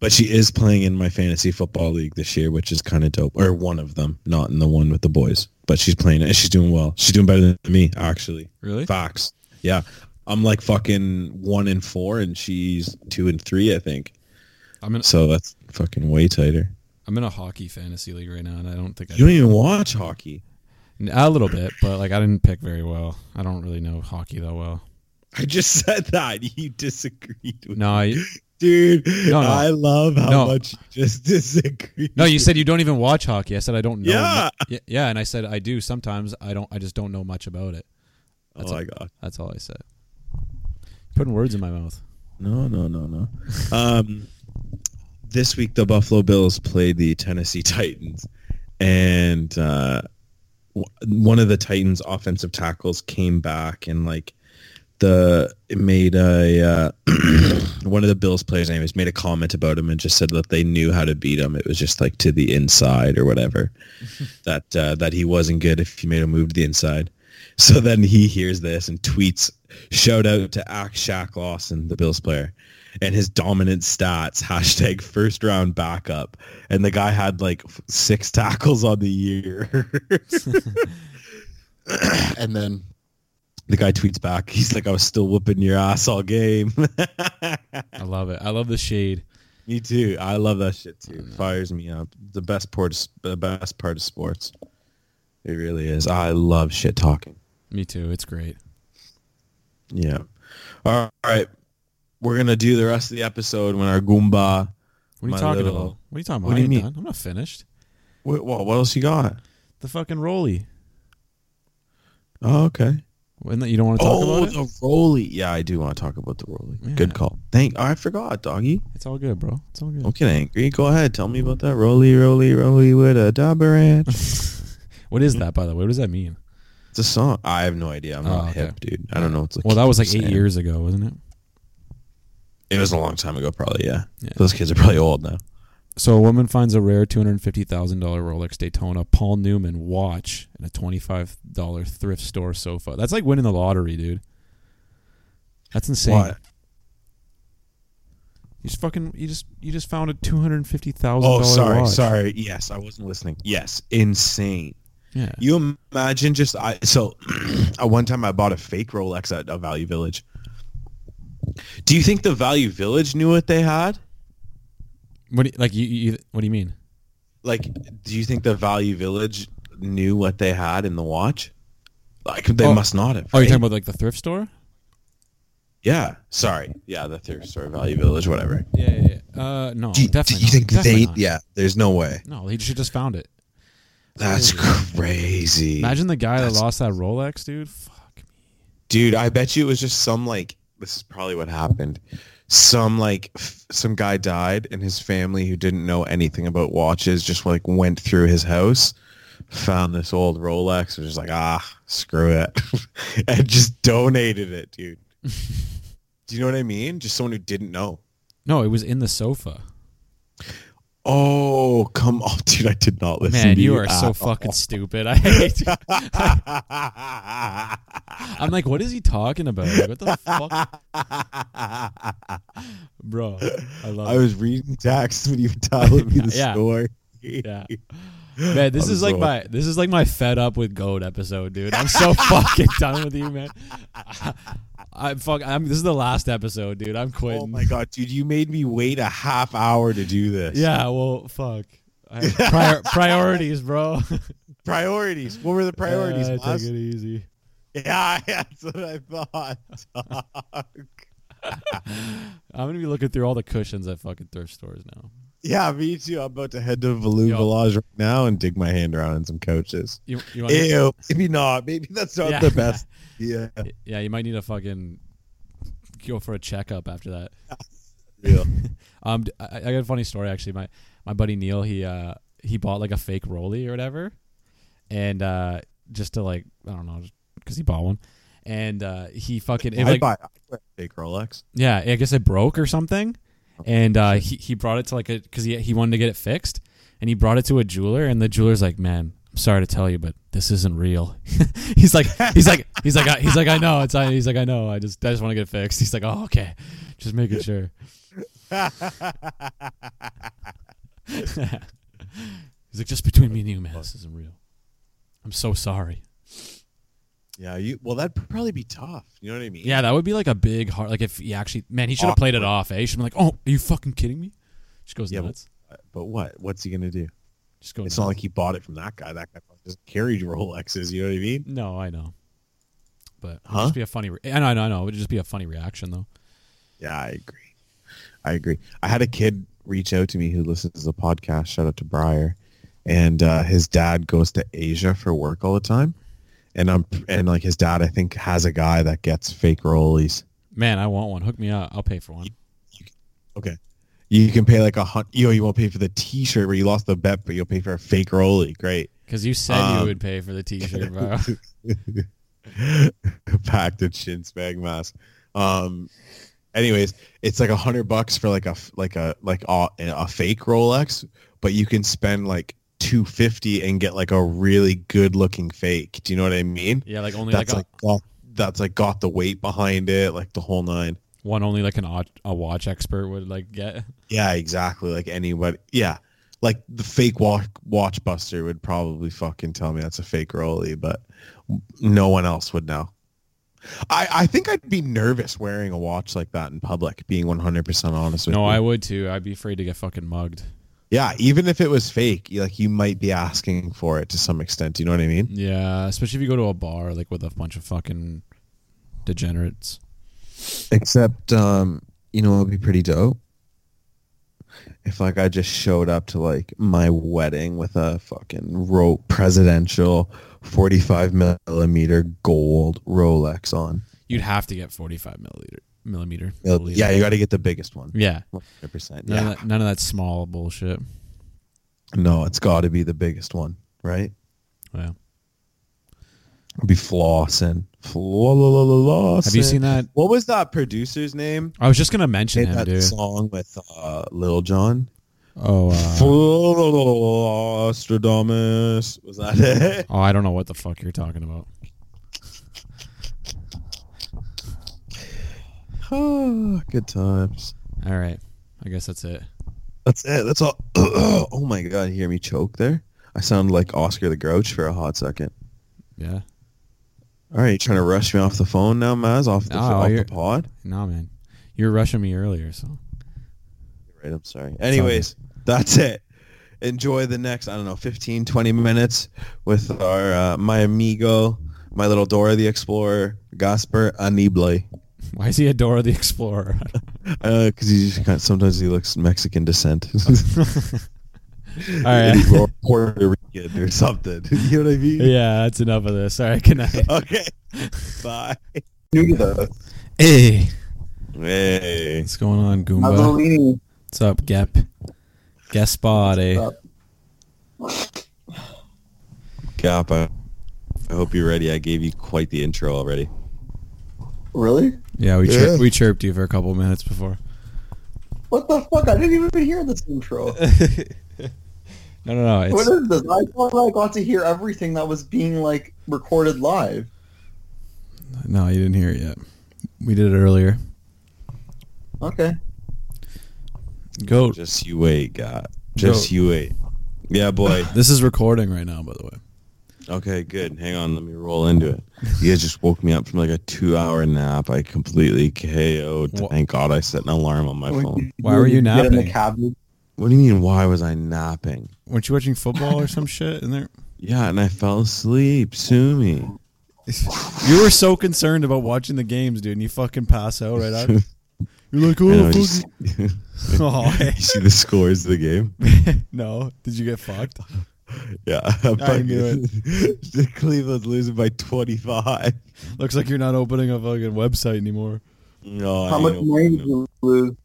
S1: But she is playing in my fantasy football league this year, which is kind of dope. Or one of them, not in the one with the boys. But she's playing it. and She's doing well. She's doing better than me, actually.
S4: Really?
S1: Fox. Yeah. I'm like fucking one and four, and she's two and three, I think.
S4: I'm in
S1: So that's fucking way tighter.
S4: I'm in a hockey fantasy league right now, and I don't think I
S1: You don't even watch hockey.
S2: A little bit, but like I didn't pick very well. I don't really know hockey that well.
S1: I just said that. You disagreed with
S2: No, I,
S1: Dude,
S2: no.
S1: I love how
S2: No.
S1: much you just disagree.
S2: no. You said you don't even watch hockey. I said I don't know.
S1: Yeah.
S2: mu- yeah, yeah. And I said I do sometimes. I don't. I just don't know much about it.
S1: Oh my god.
S2: That's all I said. Putting words in my mouth.
S1: No, no, no, no. um, this week the Buffalo Bills played the Tennessee Titans, and uh, w- one of the Titans' offensive tackles came back and like the it made a uh, one of the Bills players' anyways made a comment about him and just said that they knew how to beat him. It was just like to the inside or whatever that uh, that he wasn't good if you made a move to the inside. So then he hears this and tweets, shout out to Ack Shaq Lawson, the Bills player, and his dominant stats, hashtag first round backup. And the guy had like f- six tackles on the year. and then the guy tweets back, he's like, I was still whooping your ass all game.
S2: I love it. I love the shade.
S1: me too. I love that shit too. Fires me up. The best part, of, the best part of sports. It really is. I love shit talking.
S2: Me too. It's great.
S1: Yeah. All right. We're gonna do the rest of the episode when our Goomba.
S2: What are you
S1: My
S2: talking
S1: little-
S2: about? What are you talking about?
S1: What do
S2: I
S1: you
S2: ain't
S1: mean?
S2: done. I'm not finished.
S1: Wait, what? What else you got?
S2: The fucking rolly.
S1: Oh, okay.
S2: Wasn't that you don't want to talk
S1: oh,
S2: about it?
S1: the Roly. Yeah, I do want to talk about the Roly.
S2: Yeah.
S1: Good call. Thank. I forgot, doggy.
S2: It's all good, bro. It's all good.
S1: Don't get angry. Go ahead. Tell me about that Roly, Roly, Roly with a dabber ranch.
S2: What is that, by the way? What does that mean?
S1: it's a song. I have no idea. I'm not
S2: Oh, okay.
S1: hip, dude. I don't know. What's
S2: Well, that was like eight years ago, wasn't it?
S1: It was a long time ago, probably. Yeah.
S2: Yeah.
S1: Those kids are probably old now.
S2: So a woman finds a rare two hundred fifty thousand dollar Rolex Daytona Paul Newman watch and a twenty five dollar thrift store sofa. That's like winning the lottery, dude. That's insane.
S1: Why?
S2: You just fucking you just you just found a two hundred fifty thousand
S1: Oh,
S2: dollar
S1: sorry,
S2: watch.
S1: sorry. Yes, I wasn't listening. Yes, insane.
S2: Yeah.
S1: You imagine just I so at one time I bought a fake Rolex at a Value Village. Do you think the Value Village knew what they had?
S2: What do you, like you, you? What do you mean?
S1: Like, do you think the Value Village knew what they had in the watch? Like, they
S2: Oh.
S1: must not have.
S2: Oh, you're
S1: right?
S2: talking about like the thrift store?
S1: yeah. Sorry. Yeah, the thrift store, Value Village, whatever.
S2: Yeah, yeah. yeah. Uh, no, Oh, definitely.
S1: you
S2: not.
S1: think
S2: Definitely
S1: they?
S2: not.
S1: Yeah. There's no way.
S2: No, he should just found it.
S1: That's crazy.
S2: Imagine the guy that
S1: That's-
S2: lost that Rolex, dude. Fuck me.
S1: Dude, I bet you it was just some like this is probably what happened. Some like f- some guy died and his family who didn't know anything about watches just like went through his house, found this old Rolex and was just like, "Ah, screw it." and just donated it, dude. Do you know what I mean? Just someone who didn't know.
S2: No, it was in the sofa.
S1: Oh, come on, dude, I did not listen
S2: Man,
S1: to
S2: you
S1: you.
S2: are so fucking stupid. I hate. you. I'm like, what is he talking about? Like, what the fuck, bro? I love.
S1: I was reading text when you were telling me the
S2: Yeah.
S1: story.
S2: it. Yeah. Man, this
S1: I'm
S2: is like
S1: so-
S2: my this is like my fed up with goat episode, dude. I'm so fucking done with you, man. I'm fuck. I'm. This is the last episode, dude. I'm quitting.
S1: Oh my god, dude, you made me wait a half hour to do this.
S2: Yeah, well, fuck. I have prior- priorities, bro.
S1: Priorities. What were the priorities?
S2: Uh,
S1: boss?
S2: take it easy.
S1: yeah, that's what I thought. Fuck.
S2: I'm gonna be looking through all the cushions at fucking thrift stores now.
S1: Yeah, me too. I'm about to head to Valou
S2: Yo.
S1: Village right now and dig my hand around in some couches.
S2: You, you want
S1: Ew, maybe not. Maybe that's not
S2: Yeah.
S1: the best. Yeah,
S2: Yeah, you might need to fucking go for a checkup after that.
S1: real.
S2: Um, d- I, I got a funny story actually. My my buddy Neil, he uh he bought like a fake rolly or whatever, and uh just to like I don't know, because he bought one, and uh he fucking it,
S1: I
S2: like
S1: buy I buy a fake Rolex.
S2: yeah, I guess it broke or something, and uh he he brought it to like a because he he wanted to get it fixed, and he brought it to a jeweler, and the jeweler's like, man. I'm sorry to tell you, but this isn't real. he's like, he's like, he's like, I, he's like, I know it's. I, he's like, I know. I just, I just want to get it fixed. He's like, oh, okay, just making sure. He's like, just between me and you, man. This isn't real. I'm so sorry.
S1: Yeah, you. Well, that'd probably be tough. You know what I mean?
S2: Yeah, that would be like a big heart. Like if he actually, man, he should have played it off. Eh? He should have been like, oh, are you fucking kidding me? Just goes
S1: Yeah, but-
S2: nuts.
S1: But what? What's he gonna do?
S2: Just goes.
S1: It's
S2: nuts.
S1: not like he bought it from that guy. That guy probably just carried Rolexes. You know what I mean?
S2: no, I know. But it would
S1: Huh?
S2: just be a funny. Re- I know, I know, I know. It would just be a funny reaction though.
S1: Yeah, I agree. I agree. I had a kid reach out to me who listens to the podcast. Shout out to Briar, and uh, his dad goes to Asia for work all the time, and I'm and like his dad, I think has a guy that gets fake rollies.
S2: Man, I want one. Hook me up. I'll pay for one.
S1: Okay, you can pay like a hundred. You know, you won't pay for the T-shirt where you lost the bet, but you'll pay for a fake rollie. Great.
S2: Because you said you
S1: Um,
S2: would pay for the T-shirt, bro.
S1: packed in shin spag mask. Um, anyways, it's like a hundred bucks for like a f- like a like a, a fake Rolex, but you can spend like two fifty and get like a really good looking fake. Do you know what I mean?
S2: yeah, like only like,
S1: That's
S2: a,
S1: like got, that's like got the weight behind it, like the whole nine.
S2: one only like an au- a watch expert would like get.
S1: Yeah, exactly. Like anybody. Yeah. Like the fake watch, watch buster would probably fucking tell me that's a fake Rolly, but no one else would know. I, I think I'd be nervous wearing a watch like that in public, being 100% honest with
S2: No,
S1: you.
S2: I would too. I'd be afraid to get fucking mugged.
S1: yeah, even if it was fake, you- like you might be asking for it to some extent. You know what I mean?
S2: Yeah, especially if you go to a bar like with a bunch of fucking degenerates.
S1: Except, um, you know, it would be pretty dope if like I just showed up to like my wedding with a fucking ro- presidential 45 millimeter gold Rolex on.
S2: You'd have to get 45 milliliter millimeter. milliliter.
S1: Yeah, you got to get the biggest one.
S2: yeah.
S1: 100%.
S2: None,
S1: Yeah.
S2: Of that, none of that small bullshit.
S1: No, it's got to be the biggest one, right?
S2: Yeah.
S1: It'd be flossing. Flossing.
S2: Have you seen that?
S1: What was that producer's name?
S2: I was just gonna mention
S1: Made
S2: him,
S1: that
S2: dude.
S1: song with uh, Lil Jon.
S2: Oh, uh,
S1: Flostrodamus. Was that it?
S2: oh, I don't know what the fuck you're talking about.
S1: Oh, good times.
S2: All right, I guess that's it.
S1: That's it. That's all. oh my god, you hear me choke there? I sound like Oscar the Grouch for a hot second.
S2: Yeah.
S1: All right, you trying to rush me off the phone now, Maz? Off the,
S2: No,
S1: off the
S2: you're-
S1: pod?
S2: Nah, man, you were rushing me earlier, so
S1: Right, I'm sorry. Anyways, that's it. Enjoy the next, I don't know, 15, 20 minutes with our uh, my amigo, my little Dora the Explorer, Gasper Anible.
S2: why is he a Dora the Explorer?
S1: Because he just kind of, sometimes he looks Mexican descent. And
S2: All right.
S1: he's Puerto- Puerto Rican or something. You know what I mean?
S2: yeah, that's enough of this. All right, good night.
S1: Okay. Bye. Knew that.
S2: Hey,
S1: Hey.
S2: what's going on, Goomba?
S5: Mazzolini.
S2: What's up, Gep? Gaspare.
S1: Cap, I, I hope you're ready. I gave you quite the intro already.
S5: Really?
S4: Yeah, we
S1: Yeah.
S4: Chirp, we chirped you for a couple minutes before.
S5: What the fuck? I didn't even hear this intro.
S4: No, no, no.
S5: what
S4: It's,
S5: is this? I thought I got to hear everything that was being like recorded live.
S4: no, you didn't hear it yet. We did it earlier.
S5: Okay.
S4: Go.
S1: Just you wait, God. Just you wait. Yeah, boy.
S4: This is recording right now, by the way.
S1: Okay, good. Hang on. Let me roll into it. You guys just woke me up from like a two-hour nap. I completely KO'd.
S4: Wha-
S1: Thank God I set an alarm on my phone.
S4: Oh, Why were you
S5: Get in the
S4: napping?
S5: cabinet.
S1: What do you mean, why was I napping?
S4: Weren't you watching football or some shit in there?
S1: Yeah, and I fell asleep. Sue me.
S4: You were so concerned about watching the games, dude, and you fucking pass out right after. You're like,
S1: And I
S4: oh,
S1: just-
S4: fuck. Oh, hey.
S1: you see the scores of the game?
S4: no. Did you get fucked?
S1: Yeah, I'm
S4: I knew
S1: fucking- Cleveland's losing by 25.
S4: Looks like you're not opening a fucking website anymore.
S1: No,
S5: How
S1: I
S5: much
S1: know-
S5: money did you lose?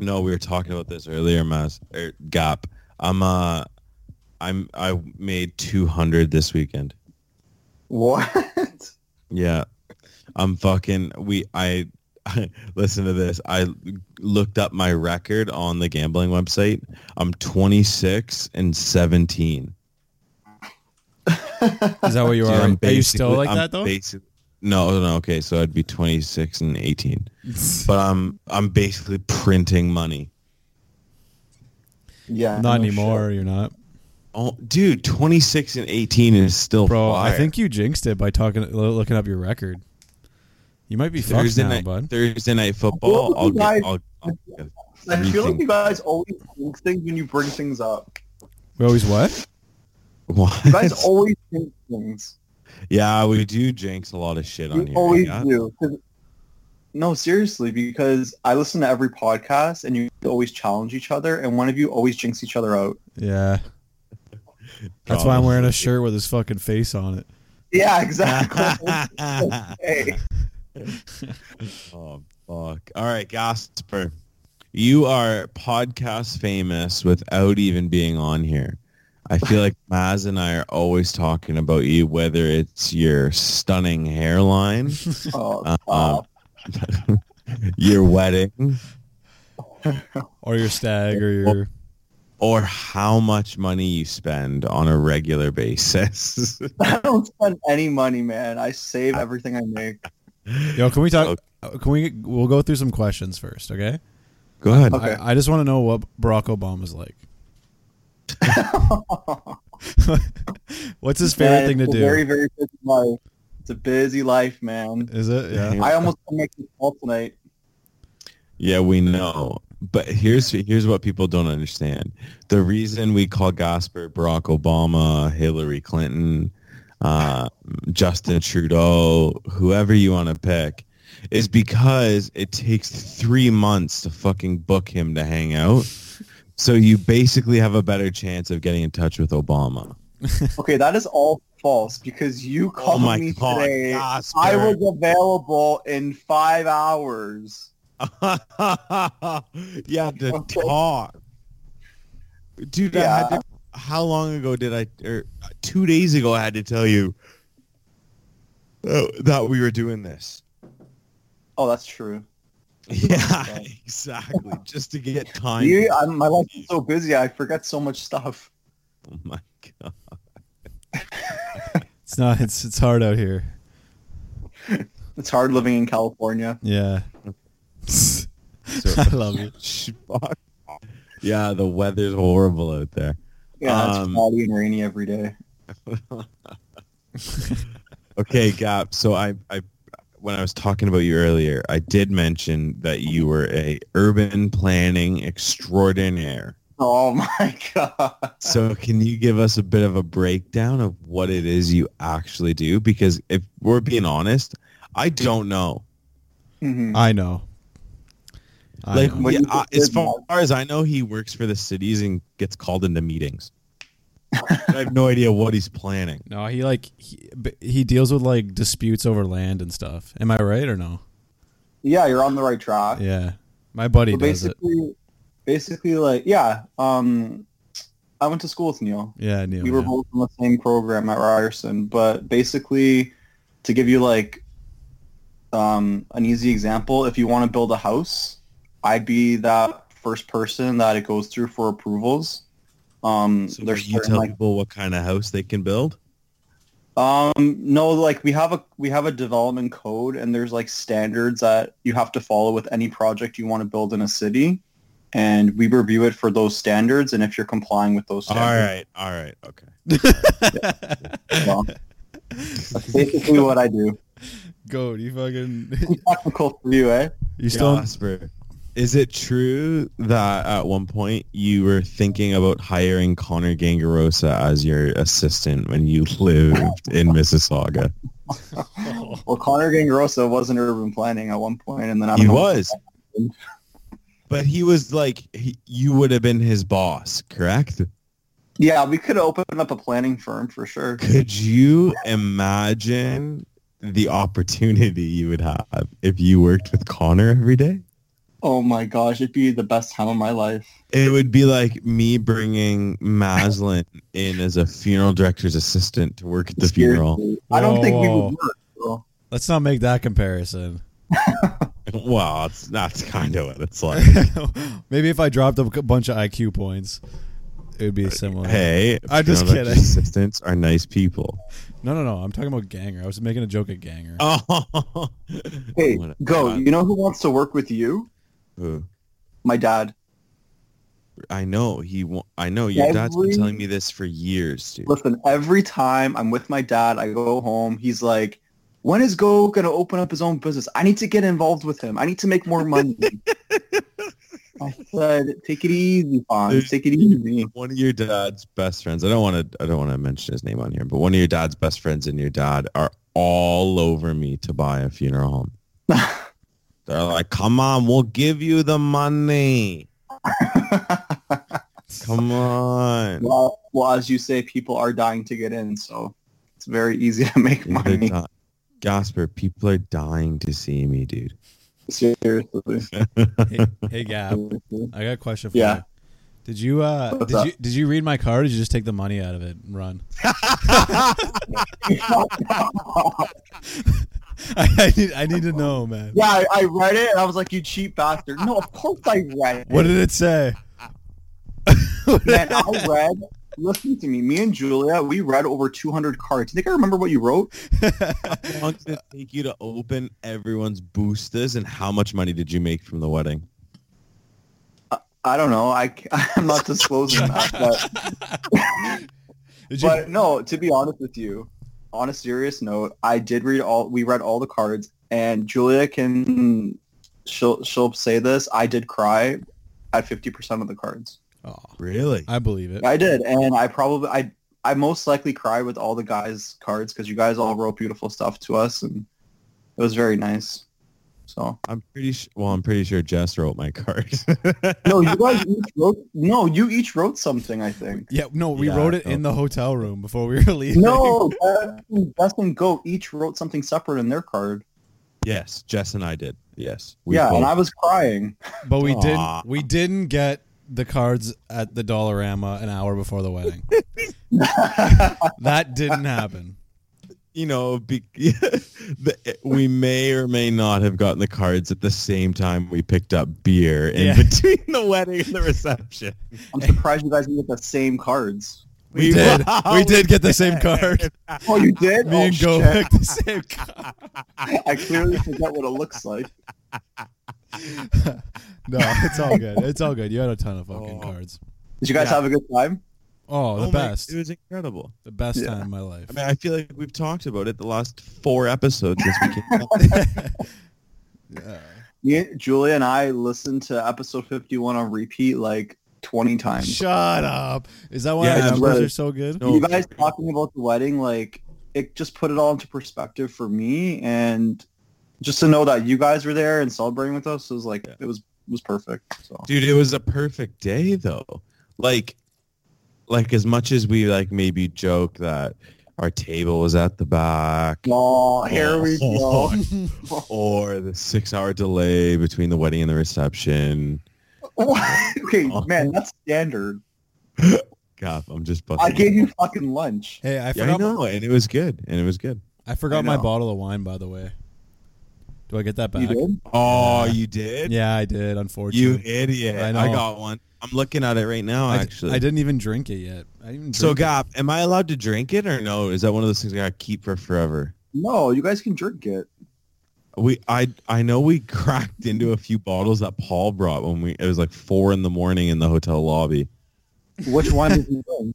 S1: No, we were talking about this earlier, Mas or Gap. I'm uh, I'm I made 200 this weekend.
S5: What?
S1: Yeah. I'm fucking we I listen to this. I looked up my record on the gambling website. I'm 26 and 17.
S4: Is that what you
S1: So
S4: are?
S1: I'm
S2: Are you still
S1: basically-
S2: like
S1: I'm
S2: that, though?
S1: basi- no, no, okay. So I'd be 26 and 18. But I'm I'm basically printing money.
S5: Yeah.
S4: not
S5: no
S4: anymore. You're not.
S1: Oh, dude, 26 and 18 is still
S4: Bro, I
S1: fire.
S4: think you jinxed it by talking, lo- looking up your record. You might be fucked
S1: Thursday
S4: now,
S1: night,
S4: bud.
S1: Thursday night football.
S5: you
S1: I'll
S5: guys-
S1: get, I'll, I'll get
S5: shit. I feel like
S1: everything.
S5: you guys always think things when you bring things up.
S4: We always oh, what?
S1: What?
S5: You guys always think things.
S1: Yeah, we do jinx a lot of shit on
S5: You
S1: here.
S5: always
S1: yeah.
S5: do. 'Cause- No, seriously, because I listen to every podcast and you always challenge each other, and one of you always jinx each other out.
S4: Yeah. That's why I'm wearing a shirt with his fucking face on it.
S5: Yeah, exactly. Hey.
S1: oh fuck! All right, Gasper, you are podcast famous without even being on here. I feel like Maz and I are always talking about you, whether it's your stunning hairline,
S5: Oh,
S1: Uh,
S5: stop.
S1: your wedding,
S4: Or your stag or your.
S1: or how much money you spend on a regular basis.
S5: I don't spend any money, man. I save everything I make.
S4: Yo, can we talk? Can we? We'll go through some questions first, okay?
S1: Go ahead.
S5: Okay.
S4: I, I just want to know what Barack Obama's like. What's his favorite
S5: Man,
S4: thing to
S5: it's a
S4: do?
S5: Very, very busy life. It's a busy life, man.
S4: Is it? Yeah.
S5: I almost didn't make this call tonight.
S1: Yeah, we know. But here's here's what people don't understand. The reason we call Gosper Barack Obama, Hillary Clinton, uh, Justin Trudeau, whoever you want to pick, is because it takes three months to fucking book him to hang out. So you basically have a better chance of getting in touch with Obama.
S5: Okay, that is all false because you
S1: Oh
S5: called
S1: my
S5: me
S1: god,
S5: today.
S1: Gosper.
S5: I was available in five hours.
S1: you have to talk, dude. I had to, how long ago did I? Or uh, two days ago, I had to tell you uh, that we were doing this.
S5: Oh, that's true.
S1: Yeah, exactly. Just to get time.
S5: You, i my life is so busy. I forget so much stuff.
S1: Oh my god.
S4: It's not. It's it's hard out here.
S5: It's hard living in California.
S4: Yeah.
S1: So-
S4: I love it.
S1: Fuck. Yeah, the weather's horrible out there.
S5: Yeah, it's
S1: Um,
S5: cloudy and rainy every day.
S1: Okay, Gap. So I, I, when I was talking about you earlier, I did mention that you were a urban planning extraordinaire.
S5: Oh my god.
S1: So can you give us a bit of a breakdown of what it is you actually do? Because if we're being honest, I don't know.
S5: Mhm.
S4: I know. I
S1: Like
S4: know.
S5: When
S1: yeah,
S5: you
S1: I-
S5: did
S1: as far as I know, he works for the cities and gets called into meetings. I have no idea what he's planning.
S4: No, he like he, but he deals with like disputes over land and stuff. Am I right or no?
S5: Yeah, you're on the right track.
S4: Yeah, my buddy
S5: But
S4: does it.
S5: basically, basically, like, yeah. Um, I went to school with Neil.
S4: Yeah, Neil.
S5: we were
S4: yeah.
S5: both in the same program at Ryerson, but basically, to give you like um, an easy example, if you want to build a house, I'd be that first person that it goes through for approvals. Um,
S1: So
S5: there's
S1: you
S5: certain,
S1: tell
S5: like,
S1: people what kind of house they can build?
S5: um, no, like we have a we have a development code, and there's like standards that you have to follow with any project you want to build in a city, and we review it for those standards, and if you're complying with those
S1: All
S5: standards,
S1: right, all right, okay.
S5: well, that's basically what I do.
S4: Goat, you fucking.
S5: Too technical for you, eh?
S4: you still?
S1: Jasper, is it true that at one point you were thinking about hiring Connor Gangarosa as your assistant when you lived in Mississauga?
S5: Well, Connor Gangrosa was in urban planning at one point, and then I don't
S1: He
S5: know.
S1: was. But he was like, he, you would have been his boss, correct?
S5: Yeah, we could open up a planning firm for sure.
S1: Could you imagine the opportunity you would have if you worked with Connor every day?
S5: Oh my gosh, it'd be the best time of my life.
S1: It would be like me bringing Maslin in as a funeral director's assistant to work at the funeral.
S5: Seriously. I don't think we
S2: Whoa.
S5: would work. though.
S2: Let's not make that comparison.
S1: Well, it's, that's kind of what it's like.
S2: Maybe if I dropped a c- bunch of IQ points, it would be similar.
S1: Hey,
S2: I'm just
S1: funeral director's
S2: kidding.
S1: Assistants are nice people.
S2: No, no, no. I'm talking about Ganger. I was making a joke at Ganger.
S1: Oh,
S5: Hey,
S1: What a-
S5: go.
S1: uh,
S5: You know who wants to work with you?
S1: Ooh.
S5: My dad.
S1: I know he. wa- I know your dad's been
S5: Every-
S1: telling me this for years, dude.
S5: Listen, every time I'm with my dad, I go home. He's like, when is Go going to open up his own business? I need to get involved with him. I need to make more money. I said, take it easy, Fonz. Take it easy.
S1: one of your dad's best friends. I don't want to. I don't want to mention his name on here, but one of your dad's best friends and your dad are all over me to buy a funeral home. They're like, "Come on, we'll give you the money. Come on."
S5: Well, well, as you say, people are dying to get in, so it's very easy to make
S1: They're
S5: money.
S1: di- Gasper, people are dying to see me, dude.
S5: Seriously.
S2: hey, hey, Gab. I got a question for
S5: Yeah.
S2: you. Did you uh
S5: What's
S2: did
S5: up?
S2: you did you read my card? Or did you just take the money out of it and run? I, need I need to know, man.
S5: yeah, I, I read it and I was like, you cheap bastard. No, of course I read it.
S2: What did it say?
S5: Man, I read. Listen to me. Me and Julia, we read over 200 cards. You think I remember what you wrote?
S1: How long did it take you to open everyone's boosters, and how much money did you make from the wedding?
S5: I don't know. I, am not disclosing that. But,
S2: Did you,
S5: but no, to be honest with you, on a serious note, I did read all. We read all the cards, and Julia can she'll she'll say this. I did cry at 50% of the cards.
S2: oh,
S1: Really?
S2: I believe it.
S5: I did, and I probably I I most likely cried with all the guys' cards because you guys all wrote beautiful stuff to us, and it was very nice. So
S1: I'm pretty sure. Well, I'm pretty sure Jess wrote my card.
S5: no, you guys each wrote no, you each wrote something. I think
S2: Yeah, no, we
S1: Yeah,
S2: wrote it
S1: no.
S2: in the hotel room before we were leaving.
S5: no, Best and Goat each wrote something separate in their card.
S1: yes, Jess and I did. Yes.
S5: yeah,
S1: both-
S5: and I was crying.
S2: but we
S1: Aw.
S2: didn't we didn't get the cards at the Dollarama an hour before the wedding. that didn't happen.
S1: you know, be, the, we may or may not have gotten the cards at the same time we picked up beer in
S2: Yeah.
S1: between the wedding and the reception.
S5: I'm surprised you guys didn't get the same cards.
S2: We, did. we did get the same card.
S5: Oh, you did.
S2: Me
S5: oh,
S2: and Go
S5: shit.
S2: picked the same card.
S5: I clearly forget what it looks like.
S2: No, it's all good. It's all good. You had a ton of fucking
S1: Oh.
S2: cards.
S5: Did you guys
S1: Yeah.
S5: have a good time?
S2: Oh, the
S1: my-
S2: best.
S1: it was incredible.
S2: The best
S5: Yeah.
S2: time of my life.
S1: I mean, I feel like we've talked about it the last four episodes since we came out.
S2: Yeah.
S5: Me, Julia and I listened to episode 51 on repeat like 20 times.
S2: Shut up. Is that why
S1: Yeah,
S2: our
S1: it's
S2: numbers
S5: right.
S2: are so good?
S1: No.
S5: you guys talking about the wedding, like it just put it all into perspective for me, and just to know that you guys were there and celebrating with us was like it was was perfect. So
S1: dude it was a perfect day though like like as much as we like maybe joke that our table was at the back
S5: oh, here we go.
S1: or, or the six hour delay between the wedding and the reception
S5: okay, man, that's standard.
S1: god i'm just
S5: I
S1: busting
S5: gave you fucking lunch.
S2: Hey, I
S1: yeah, I
S2: forgot my,
S1: know, and it was good, and it was good.
S2: I forgot my
S5: know.
S2: bottle of wine by the way. Do I get that back?
S5: You did?
S1: Oh, you did?
S2: Yeah, I did,
S1: you
S2: unfortunately.
S1: idiot!
S2: I
S1: I,
S2: know.
S1: got one. I'm looking at it right now,
S2: I d-
S1: actually.
S2: I didn't even drink it yet. I didn't even
S1: So,
S2: drink
S1: Gop, am I allowed to drink it or no? Is that one of those things I gotta keep for forever?
S5: No, you guys can drink it.
S1: We I I know we cracked into a few bottles that Paul brought when we it was like four in the morning in the hotel lobby.
S5: Which one did you drink?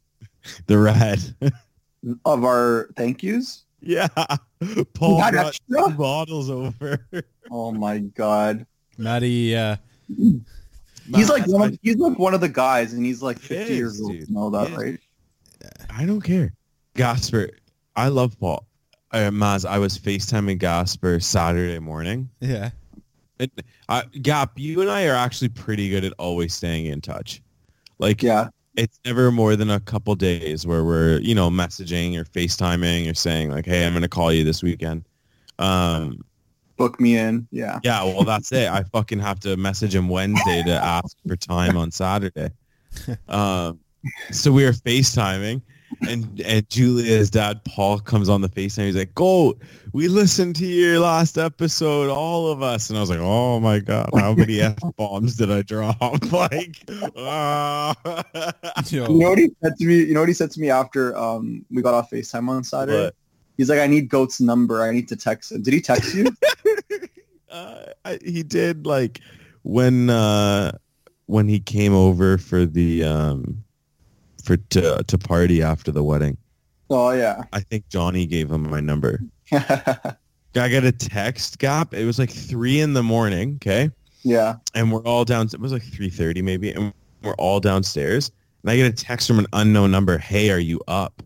S1: The red.
S5: Of our thank yous?
S1: yeah. Paul
S5: You had
S1: brought
S5: extra?
S1: two bottles over.
S5: Oh my god.
S2: it. Maddie uh
S5: He's like
S1: Nah,
S5: one of, he's like one of the guys, and he's like
S1: He
S5: 50
S1: is,
S5: years old
S1: dude.
S5: and all that,
S1: He is.
S5: right?
S1: I don't care. Gasper, I Um, love Paul. Uh, Maz, I was FaceTiming Gasper Saturday morning
S2: yeah.
S1: It, I, Gap, you and I are actually pretty good at always staying in touch. Like,
S5: Yeah.
S1: it's never more than a couple days where we're, you know, messaging or FaceTiming or saying like, hey, I'm going to call you this weekend. Um,
S5: Book me in. Yeah.
S1: yeah, well, that's it. I fucking have to message him Wednesday to ask for time on Saturday. Um, so we were FaceTiming and, and Julia's dad, Paul, comes on the FaceTime. He's like, go, we listened to your last episode, all of us. And I was like, oh my God, how many F-bombs did I drop? like, ah.
S5: You know what he said to me? You know what he said to me after um, we got off FaceTime on Saturday?
S1: What?
S5: He's like, I need Goat's number. I need to text him. Did he text you?
S1: uh, I, he did like when uh when he came over for the um for to to party after the wedding.
S5: oh yeah.
S1: I think Johnny gave him my number. I got a text gap. It was like three in the morning. Okay,
S5: yeah.
S1: and we're all down. It was like three thirty maybe, and we're all downstairs. And I get a text from an unknown number. Hey, are you up?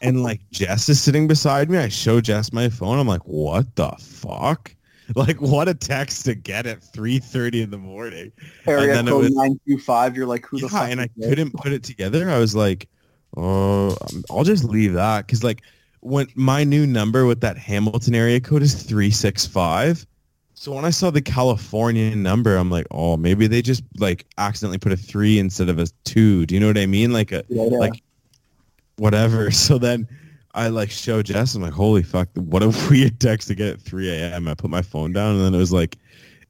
S1: And like Jess is sitting beside me. I show Jess my phone. I'm like, what the fuck? Like, what a text to get at three thirty in the morning.
S5: Area
S1: then it
S5: code
S1: was-
S5: nine two five. You're like, who the
S1: Yeah,
S5: fuck?
S1: and
S5: is
S1: I
S5: this?
S1: couldn't put it together. I was like, oh, um, I'll just leave that because like when my new number with that Hamilton area code is three six five. So when I saw the California number, I'm like, oh, maybe they just like accidentally put a three instead of a two. Do you know what I mean? Like a
S5: Yeah, yeah.
S1: like whatever. So then I like show Jess. I'm like, holy fuck, what a weird text to get at 3 a.m. I put my phone down and then it was like,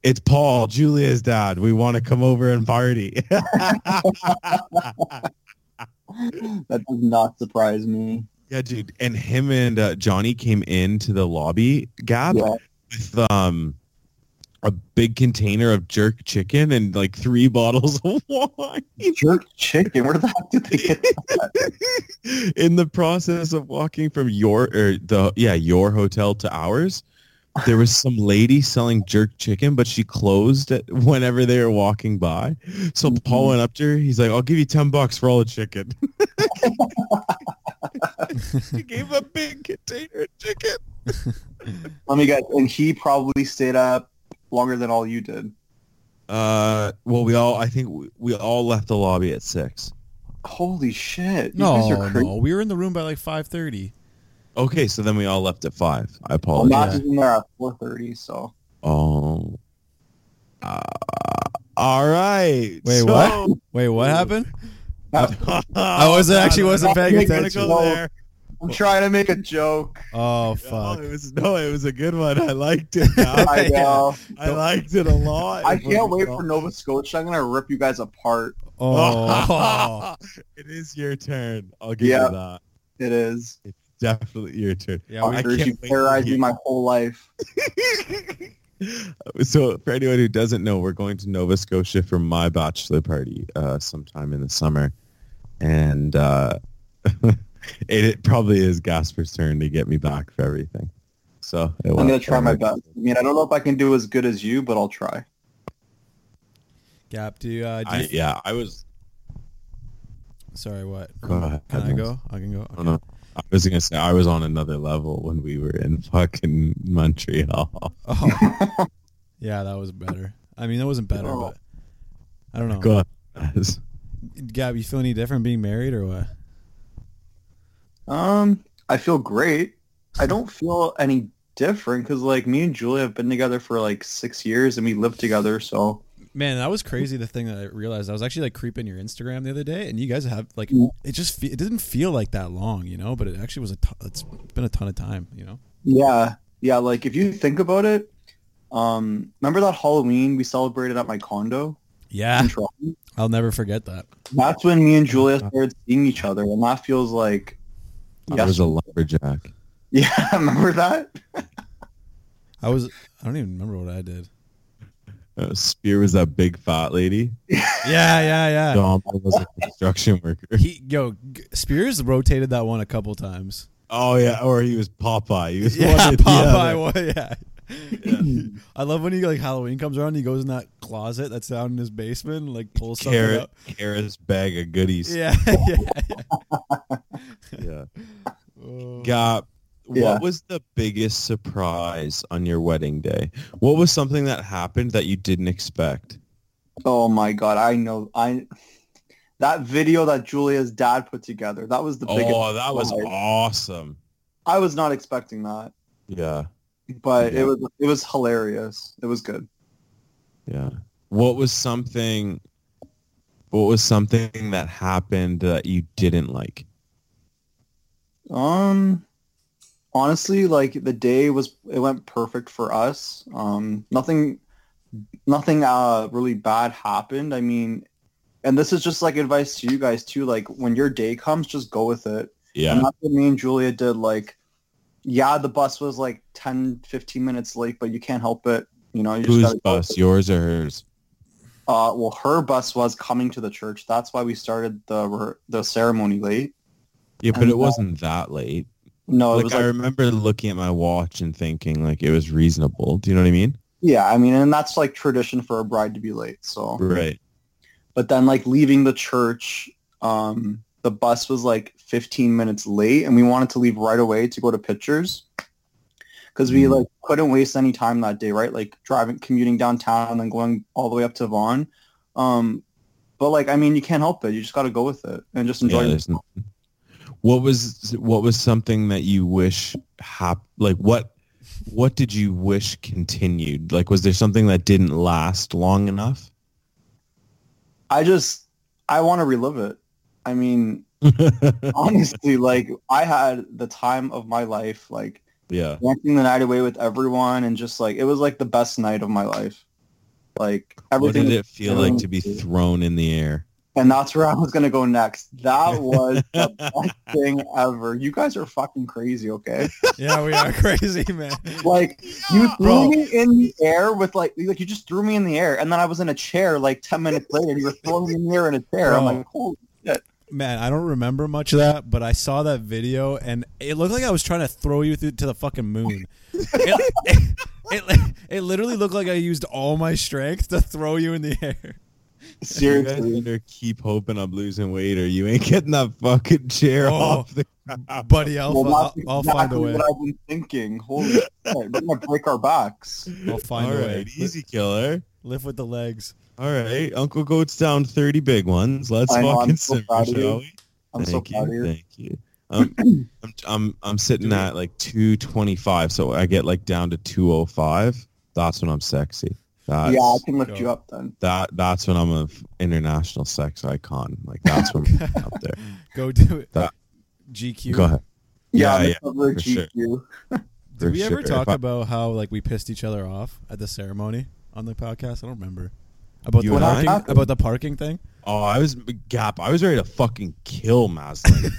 S1: it's Paul, Julia's dad. We want to come over and party.
S5: that does not surprise me.
S1: yeah, dude. And him and uh, Johnny came into the lobby gap
S5: Yeah.
S1: with um a big container of jerk chicken and like three bottles of wine.
S5: Jerk chicken. Where the heck did they get that?
S1: in the process of walking from your or the yeah your hotel to ours there was some lady selling jerk chicken but she closed it whenever they were walking by so paul went up to her he's like i'll give you 10 bucks for all the chicken she gave a big container of chicken
S5: Let me guess. And he probably stayed up longer than all you did.
S1: uh well we all i think we, we all left the lobby at six
S5: Holy shit. You guys
S4: No,
S5: are crazy.
S4: no, we were in the room by like five thirty.
S1: okay so then we all left at five i
S5: Well,
S1: apologize
S5: Matt was in there at four thirty, so
S1: Oh. Uh, all right.
S4: Wait, what? Wait, what happened? I was actually wasn't paying
S1: I'm Oh, gonna
S4: attention.
S1: go there.
S5: I'm trying to make a joke.
S4: Oh
S1: Oh,
S4: fuck!
S1: it was no, it was a good one. I liked it. Gab.
S5: I know.
S1: I liked it a lot.
S5: I can't wait for Nova Scotia. I'm gonna rip you guys apart.
S4: Oh,
S1: it is your turn. I'll give
S5: Yeah.
S1: you that.
S5: It is.
S1: Definitely your turn.
S4: yeah, we,
S5: I
S1: Oh, I
S5: heard
S1: can't
S5: you
S1: wait to
S5: terrorized me
S1: hear.
S5: my whole life.
S1: So, for anyone who doesn't know, we're going to Nova Scotia for my bachelor party uh, sometime in the summer, and uh, it, it probably is Gasper's turn to get me back for everything. So it
S5: I'm gonna try my best. I mean, I don't know if I can do as good as you, but I'll try.
S4: Gap. Do you? Uh, do you
S1: I, yeah, I was.
S4: sorry, what?
S1: Go ahead.
S4: Can I go? I can go.
S1: I don't know. I was gonna say I was on another level when we were in fucking Montreal.
S4: Oh, yeah, that was better. I mean, that wasn't better, but I don't know.
S1: Go
S4: Gab, you feel any different being married or what?
S5: Um, I feel great. I don't feel any different because like me and Julia have been together for like six years and we live together. So
S4: Man, that was crazy. The thing that I realized, I was actually like creeping your Instagram the other day, and you guys have like
S5: Mm.
S4: it just fe- it didn't feel like that long, you know, but it actually was a ton, it's been a ton of time, you know.
S5: yeah, yeah. Like if you think about it, um, remember that Halloween we celebrated at my condo
S4: Yeah,
S1: Ah.
S5: in Toronto?
S4: I'll never forget that.
S5: That's when
S1: Oh
S5: me and Julia started seeing each other, and that feels like
S1: I was
S5: yes.
S1: a lumberjack.
S5: Yeah, remember that?
S4: I was I don't even remember what I did.
S1: Uh, Spear was that big fat lady.
S4: Yeah, yeah, yeah.
S1: Dom was a construction worker.
S4: He yo G- Spears rotated that one a couple times.
S1: Oh yeah, or he was Popeye. He was
S4: Yeah,
S1: one or the other.
S4: Popeye one. Yeah.
S1: Hmm.
S4: I love when he like Halloween comes around. He goes in that closet that's down in his basement, and, like pulls something
S1: Carrot,
S4: up.
S1: carrot's bag of goodies.
S4: Yeah, yeah.
S1: Yeah.
S4: Oh.
S1: Got
S5: Yeah.
S1: What was the biggest surprise on your wedding day? What was something that happened that you didn't expect?
S5: Oh my god, I know I that video that Julia's dad put together, that was the biggest
S1: Oh, that was
S5: surprise.
S1: awesome.
S5: I was not expecting that.
S1: Yeah,
S5: But
S1: Yeah.
S5: it was it was hilarious. It was good.
S1: yeah. What was something? What was something that happened that you didn't like?
S5: Um honestly, like the day was it went perfect for us. Um nothing nothing uh really bad happened. I mean and this is just like advice to you guys too, like when your day comes, just go with it.
S1: Yeah,
S5: And that's what me and Julia did. Like, yeah, the bus was like 10, 15 minutes late, but you can't help it. You know, you just
S1: whose
S5: gotta go with
S1: bus,
S5: it.
S1: yours or hers?
S5: Uh, well, her bus was coming to the church. That's why we started the re- the ceremony late.
S1: Yeah, but
S5: And,
S1: it
S5: uh,
S1: wasn't that late.
S5: No, it
S1: like
S5: was
S1: I
S5: like,
S1: remember looking at my watch and thinking like it was reasonable. Do you know what I mean?
S5: yeah, I mean, and that's like tradition for a bride to be late. So,
S1: Right.
S5: but then like leaving the church, um, the bus was like 15 minutes late, and we wanted to leave right away to go to pictures because we
S1: Mm.
S5: like couldn't waste any time that day, right? Like driving, commuting downtown, and then going all the way up to Vaughan. Um, but like, I mean, you can't help it. You just got to go with it and just enjoy.
S1: Yeah,
S5: it.
S1: there's n- what was what was something that you wish hap- like what what did you wish continued? Like was there something that didn't last long enough?
S5: I just, I want to relive it. I mean, honestly, like I had the time of my life, like
S1: yeah.
S5: dancing the night away with everyone, and just like it was like the best night of my life. Like
S1: What
S5: everything
S1: did it feel like to be thrown in the air?
S5: And that's where I was gonna go next. That was the best thing ever. You guys are fucking crazy, okay?
S4: yeah, we are crazy, man.
S5: Like you threw
S4: Bro.
S5: me in the air with like like you just threw me in the air, and then I was in a chair like ten minutes later. You were throwing me in the air in a chair. I'm
S4: Bro.
S5: like, holy
S4: Man, I don't remember much of that, but I saw that video and it looked like I was trying to throw you through to the fucking moon. It, it, it, it literally looked like I used all my strength to throw you in the air.
S1: You guys
S5: seriously.
S1: better keep hoping I'm losing weight or you ain't getting that fucking chair
S4: Oh.
S1: off the ground.
S4: Buddy, I'll,
S5: Well,
S4: I'll,
S5: that's
S4: I'll
S5: exactly
S4: find a way.
S5: What I've been thinking. Holy shit, we're gonna break our backs.
S4: I'll find
S1: All
S4: a way.
S1: right, easy killer.
S4: Lift with the legs.
S1: All right, Uncle Goat's down thirty big ones. Let's
S5: I know, I'm
S1: fucking
S5: so
S1: simmer,
S5: proud of you.
S1: shall we?
S5: I'm so
S1: thank
S5: proud of
S1: you,
S5: you.
S1: Thank you. Um, I'm I'm I'm sitting at like two twenty five, so I get like down to two oh five. That's when I'm sexy. That's,
S5: Yeah, I can lift
S4: go.
S5: you up then.
S1: That that's when I'm a f- international sex icon. Like that's when I'm up there.
S4: Go do it.
S1: That-
S4: GQ.
S1: Go ahead.
S5: Yeah,
S1: Yeah,
S5: yeah,
S1: yeah, for sure.
S5: GQ.
S1: For
S4: Did we ever
S1: sure.
S4: talk
S1: If I-
S4: about how like we pissed each other off at the ceremony on the podcast? I don't remember. About
S1: You
S4: the
S1: and I?
S4: parking, about the parking thing.
S1: Oh, I was gap. I was ready to fucking kill Maslin.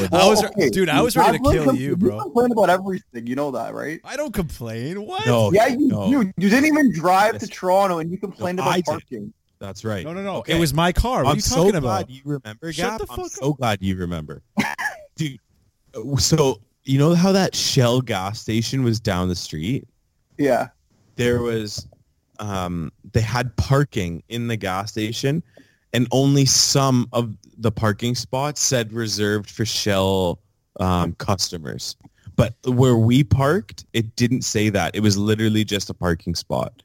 S1: With-
S4: I was,
S5: Okay,
S4: dude. I was ready to
S5: I've
S4: kill
S5: learned-
S4: you, bro.
S5: complain about everything. You know that, right?
S4: I don't complain. What?
S1: no,
S5: yeah, you,
S1: Oh, no,
S5: you you didn't even drive to
S1: Yes.
S5: Toronto and you complained
S1: No,
S5: about
S1: I did.
S5: parking.
S1: that's right.
S4: no, no, no.
S1: Okay.
S4: It was my car. What
S1: I'm
S4: are you
S1: so
S4: talking
S1: glad
S4: about?
S1: you remember,
S4: Shut
S1: Gap.
S4: the
S1: I'm
S4: fuck
S1: so glad you remember, dude. uh, So you know how that Shell gas station was down the street?
S5: Yeah.
S1: There was, um, they had parking in the gas station, and only some of the parking spots said reserved for Shell um, customers. But where we parked, it didn't say that. It was literally just a parking spot.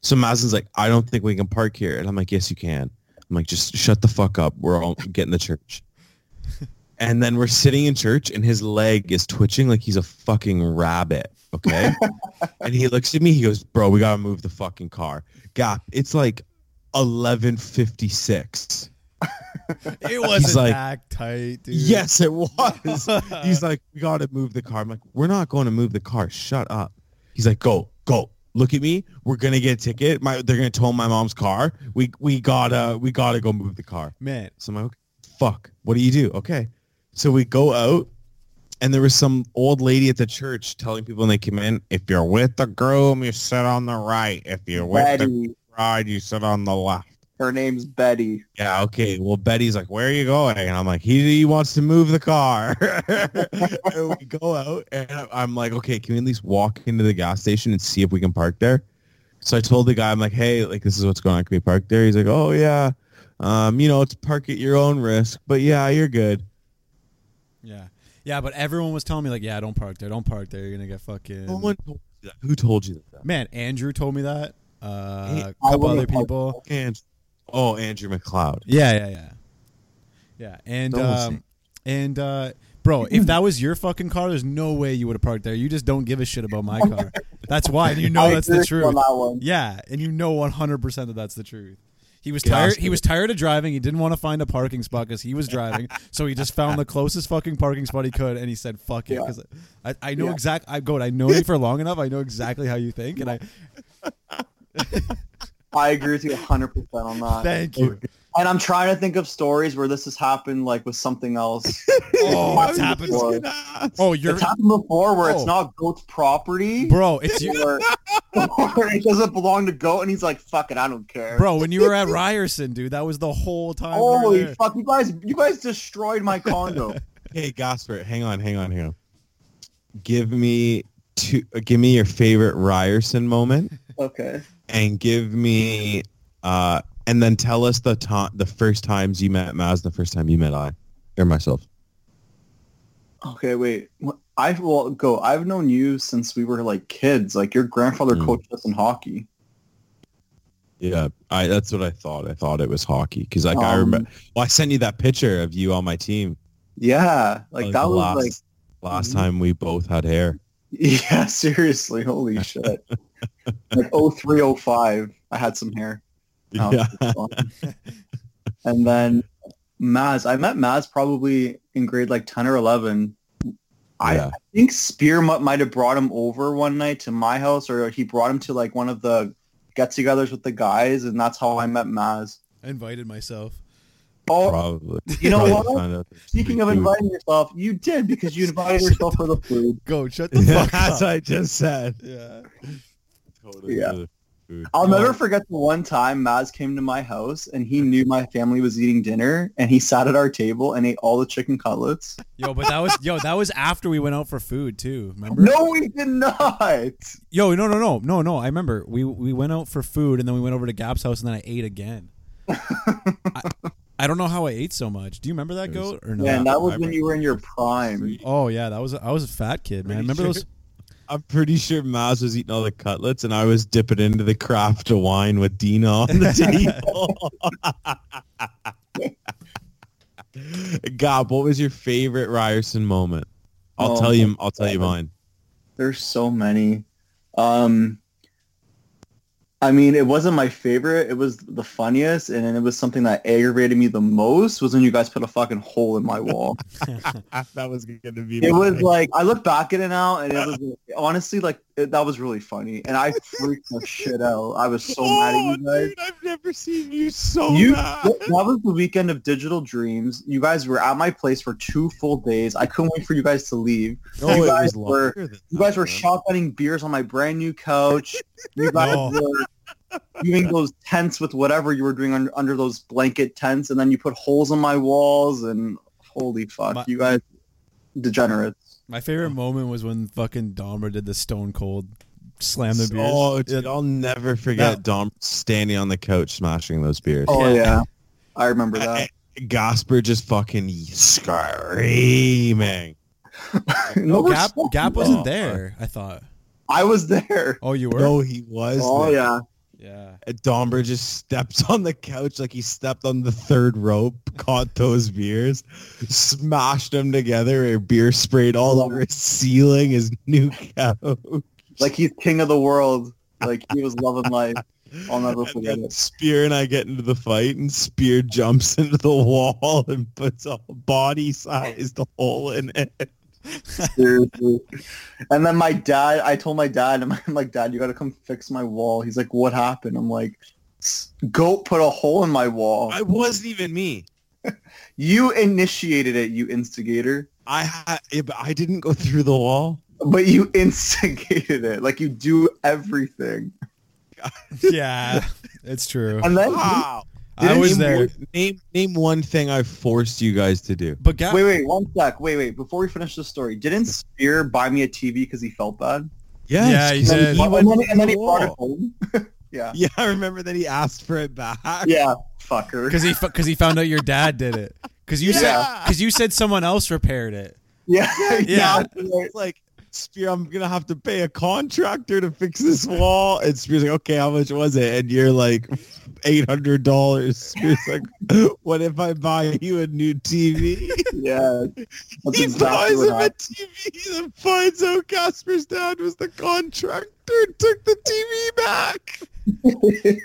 S1: So Mazin's like, I don't think we can park here. And I'm like, yes, you can. I'm like, just shut the fuck up. We're all getting the church. And then we're sitting in church and his leg is twitching like he's a fucking rabbit. Okay. and he looks at me. He goes, bro, we got to move the fucking car. Gap. It's like 1156.
S4: It wasn't
S1: like-
S4: that tight, dude.
S1: Yes, it was. He's like, we got to move the car. I'm like, we're not going to move the car. Shut up. He's like, go, go. Look at me. We're gonna get a ticket. My, they're gonna tow my mom's car. We we gotta we gotta go move the car.
S4: man.
S1: So I'm like, fuck. What do you do? Okay. So we go out, and there was some old lady at the church telling people when they came in, if you're with the groom, you sit on the right. If you're with the
S5: Betty.
S1: bride, you sit on the left.
S5: Her name's Betty.
S1: Yeah, okay. Well, Betty's like, where are you going? And I'm like, he, he wants to move the car. and we go out, and I- I'm like, okay, can we at least walk into the gas station and see if we can park there? So I told the guy, I'm like, hey, like, this is what's going on. Can we park there? He's like, oh, yeah. Um, you know, it's park at your own risk, but yeah, you're good.
S4: Yeah.
S2: Yeah, but everyone was telling me like, yeah, don't park there, don't park there, you're gonna get fucking.
S1: No one told you that. Who told you that?
S2: Man, Andrew told me that.
S1: Hey,
S2: Uh,
S1: I
S2: a couple
S5: wouldn't
S2: other
S5: have parked
S2: people.
S1: And oh, Andrew McLeod.
S2: Yeah, yeah, yeah, yeah. And
S1: Don't listen.
S2: um, and uh, bro, if that was your fucking car, there's no way you would have parked there. You just don't give a shit about my car. That's why. And you know
S5: I
S2: that's the
S5: agree with you on
S2: truth.
S5: that one.
S2: Yeah, and you know 100 percent that that's the truth. He was
S1: Get
S2: tired.
S1: off
S2: He
S1: of
S2: was tired of driving. He didn't want to find a parking spot because he was driving. so he just found the closest fucking parking spot he could, and he said, "Fuck it."
S5: Yeah.
S2: Because I, I know
S5: Yeah.
S2: exact. I go. I know you for long enough. I know exactly how you think, and I
S5: I agree with you 100% on that.
S2: thank you.
S5: and I'm trying to think of stories where this has happened like with something else.
S2: Oh,
S5: I
S2: it's
S5: was
S2: happened.
S5: before.
S2: Oh, you're
S5: It's happened before where
S2: Oh.
S5: it's not goat's property.
S2: bro. It's you.
S5: Or, or it doesn't belong to goat, and he's like, "Fuck it, I don't care."
S2: Bro, when you were at Ryerson, dude, that was the whole time. we were
S5: Holy
S2: there.
S5: Oh, fuck, you guys, you guys destroyed my condo.
S1: Hey, Gosper, hang on, hang on, hang on. Give me two. uh, Give me your favorite Ryerson moment,
S5: okay.
S1: and give me, uh, and then tell us the time, the first times you met Maz, the first time you met I, or myself.
S5: Okay, wait. I will go. I've known you since we were like kids. Like your grandfather
S1: Mm.
S5: coached us in hockey.
S1: Yeah, I. That's what I thought. I thought it was hockey because like I
S5: Um,
S1: remember. Well, I sent you that picture of you on my team.
S5: Yeah, like, that
S1: Oh, the
S5: was
S1: last,
S5: like
S1: last
S5: Mhm.
S1: time we both had hair.
S5: yeah, seriously, holy shit. like 0305, I had some hair. Oh,
S1: Yeah.
S5: that's fun. and then Maz, I met Maz probably in grade like 10 or 11. I,
S1: Yeah.
S5: I think Spear mu- might have brought him over one night to my house or he brought him to like one of the get-togethers with the guys and that's how I met Maz.
S2: I invited myself.
S5: Oh,
S1: Probably.
S5: you know
S1: Probably
S5: what?
S1: found out there's
S5: Speaking
S1: free
S5: of
S1: food.
S5: inviting yourself, you did because you invited yourself for the food.
S2: Go, shut the fuck
S1: that's
S2: up.
S1: what I just said.
S2: Yeah.
S1: Totally.
S5: Yeah. I'll never forget the one time Maz came to my house and he knew my family was eating dinner and he sat at our table and ate all the chicken cutlets.
S2: Yo, but that was yo, that was after we went out for food too. Remember?
S5: No, we did not.
S2: Yo, no, no, no, no, no. I remember we we went out for food and then we went over to Gab's house and then I ate again. I, I don't know how I ate so much. Do you remember that
S1: It was-
S2: goat or no?
S5: Yeah, and that was
S1: I
S5: when you were in your prime.
S2: Oh yeah, that was I was a fat kid, man.
S1: Pretty
S2: Remember
S1: sure-
S2: those?
S1: I'm pretty sure Maz was eating all the cutlets, and I was dipping into the craft of wine with Dina on the table. God, what was your favorite Ryerson moment? I'll
S5: Oh,
S1: tell you. I'll tell you mine.
S5: There's so many. Um, I mean, it wasn't my favorite. It was the funniest, and it was something that aggravated me the most was when you guys put a fucking hole in my wall.
S1: Ah, that was going to be.
S5: it was like I look back at it now, and it was honestly like it, that was really funny, and I freaked the shit out. I was so mad at you guys.
S1: Oh, I've never seen you so
S5: You, that was the weekend of Digital Dreams. You guys were at my place for two full days. I couldn't wait for you guys to leave.
S1: No,
S5: you
S1: it
S5: guys
S1: was longer than
S5: You guys
S1: that,
S5: were
S1: man.
S5: shotgunning beers on my brand new couch. You guys
S2: No.
S5: were doing those tents with whatever you were doing under, under those blanket tents, and then you put holes in my walls, and holy fuck,
S2: My-
S5: you guys degenerates.
S2: My favorite moment was when fucking Dahmer did the Stone Cold slam the beers.
S1: Oh, dude, I'll never forget Dom standing on the couch smashing those beers.
S5: Oh yeah, I remember that.
S1: Gosper just fucking screaming.
S2: no,
S5: we're
S2: Gap
S5: small.
S2: Gap wasn't
S1: Oh,
S2: there. I thought.
S5: I was there.
S2: Oh, you were.
S1: No, he was.
S5: Oh
S1: there.
S5: yeah,
S2: Yeah.
S1: Domber just steps on the couch like he stepped on the third rope, caught those beers, smashed them together, and beer sprayed all
S5: Oh.
S1: over his ceiling, his new couch.
S5: like he's king of the world. Like he was loving life. I'll never
S1: And
S5: forget
S1: then
S5: it.
S1: Spear and I get into the fight, and Spear jumps into the wall and puts a body-sized hole in it.
S5: Seriously. And then my dad, I told my dad, I'm, I'm like, Dad, you got to come fix my wall. He's like, What happened? I'm like, "S- Goat put a hole in my wall.
S1: It wasn't even me.
S5: You initiated it, you instigator.
S1: I ha- yeah, but I didn't go through the wall.
S5: But you instigated it. Like you do everything.
S2: Yeah, it's true.
S5: And then,
S1: Ah.
S2: I
S5: Didn't
S2: was
S5: you-
S2: there.
S1: Name name one thing I forced you guys to do.
S2: But Gap,
S5: wait, wait, one sec. Wait, wait. Before we finish the story, didn't Spear buy me a TV because he felt bad?
S2: Yeah, he
S1: 'cause
S2: did.
S1: He
S5: and,
S1: went
S5: then, and then he
S1: through the
S5: brought it
S1: wall.
S5: home. yeah.
S1: Yeah, I remember that he asked for it back.
S5: Yeah, fucker.
S2: because he because he found out your dad did it. Because you said
S5: Yeah.
S2: because you said someone else repaired it.
S5: Yeah,
S4: Yeah.
S1: It's like Spear, I'm gonna have to pay a contractor to fix this wall. And Spear's like, okay, how much was it? And you're like, eight hundred dollars. Spear's like, what if I buy you a new TV?
S5: yeah. That's
S1: he
S5: exactly
S1: buys him
S5: what
S1: a
S5: happened.
S1: TV and finds out Casper's dad was the contractor and took the TV back.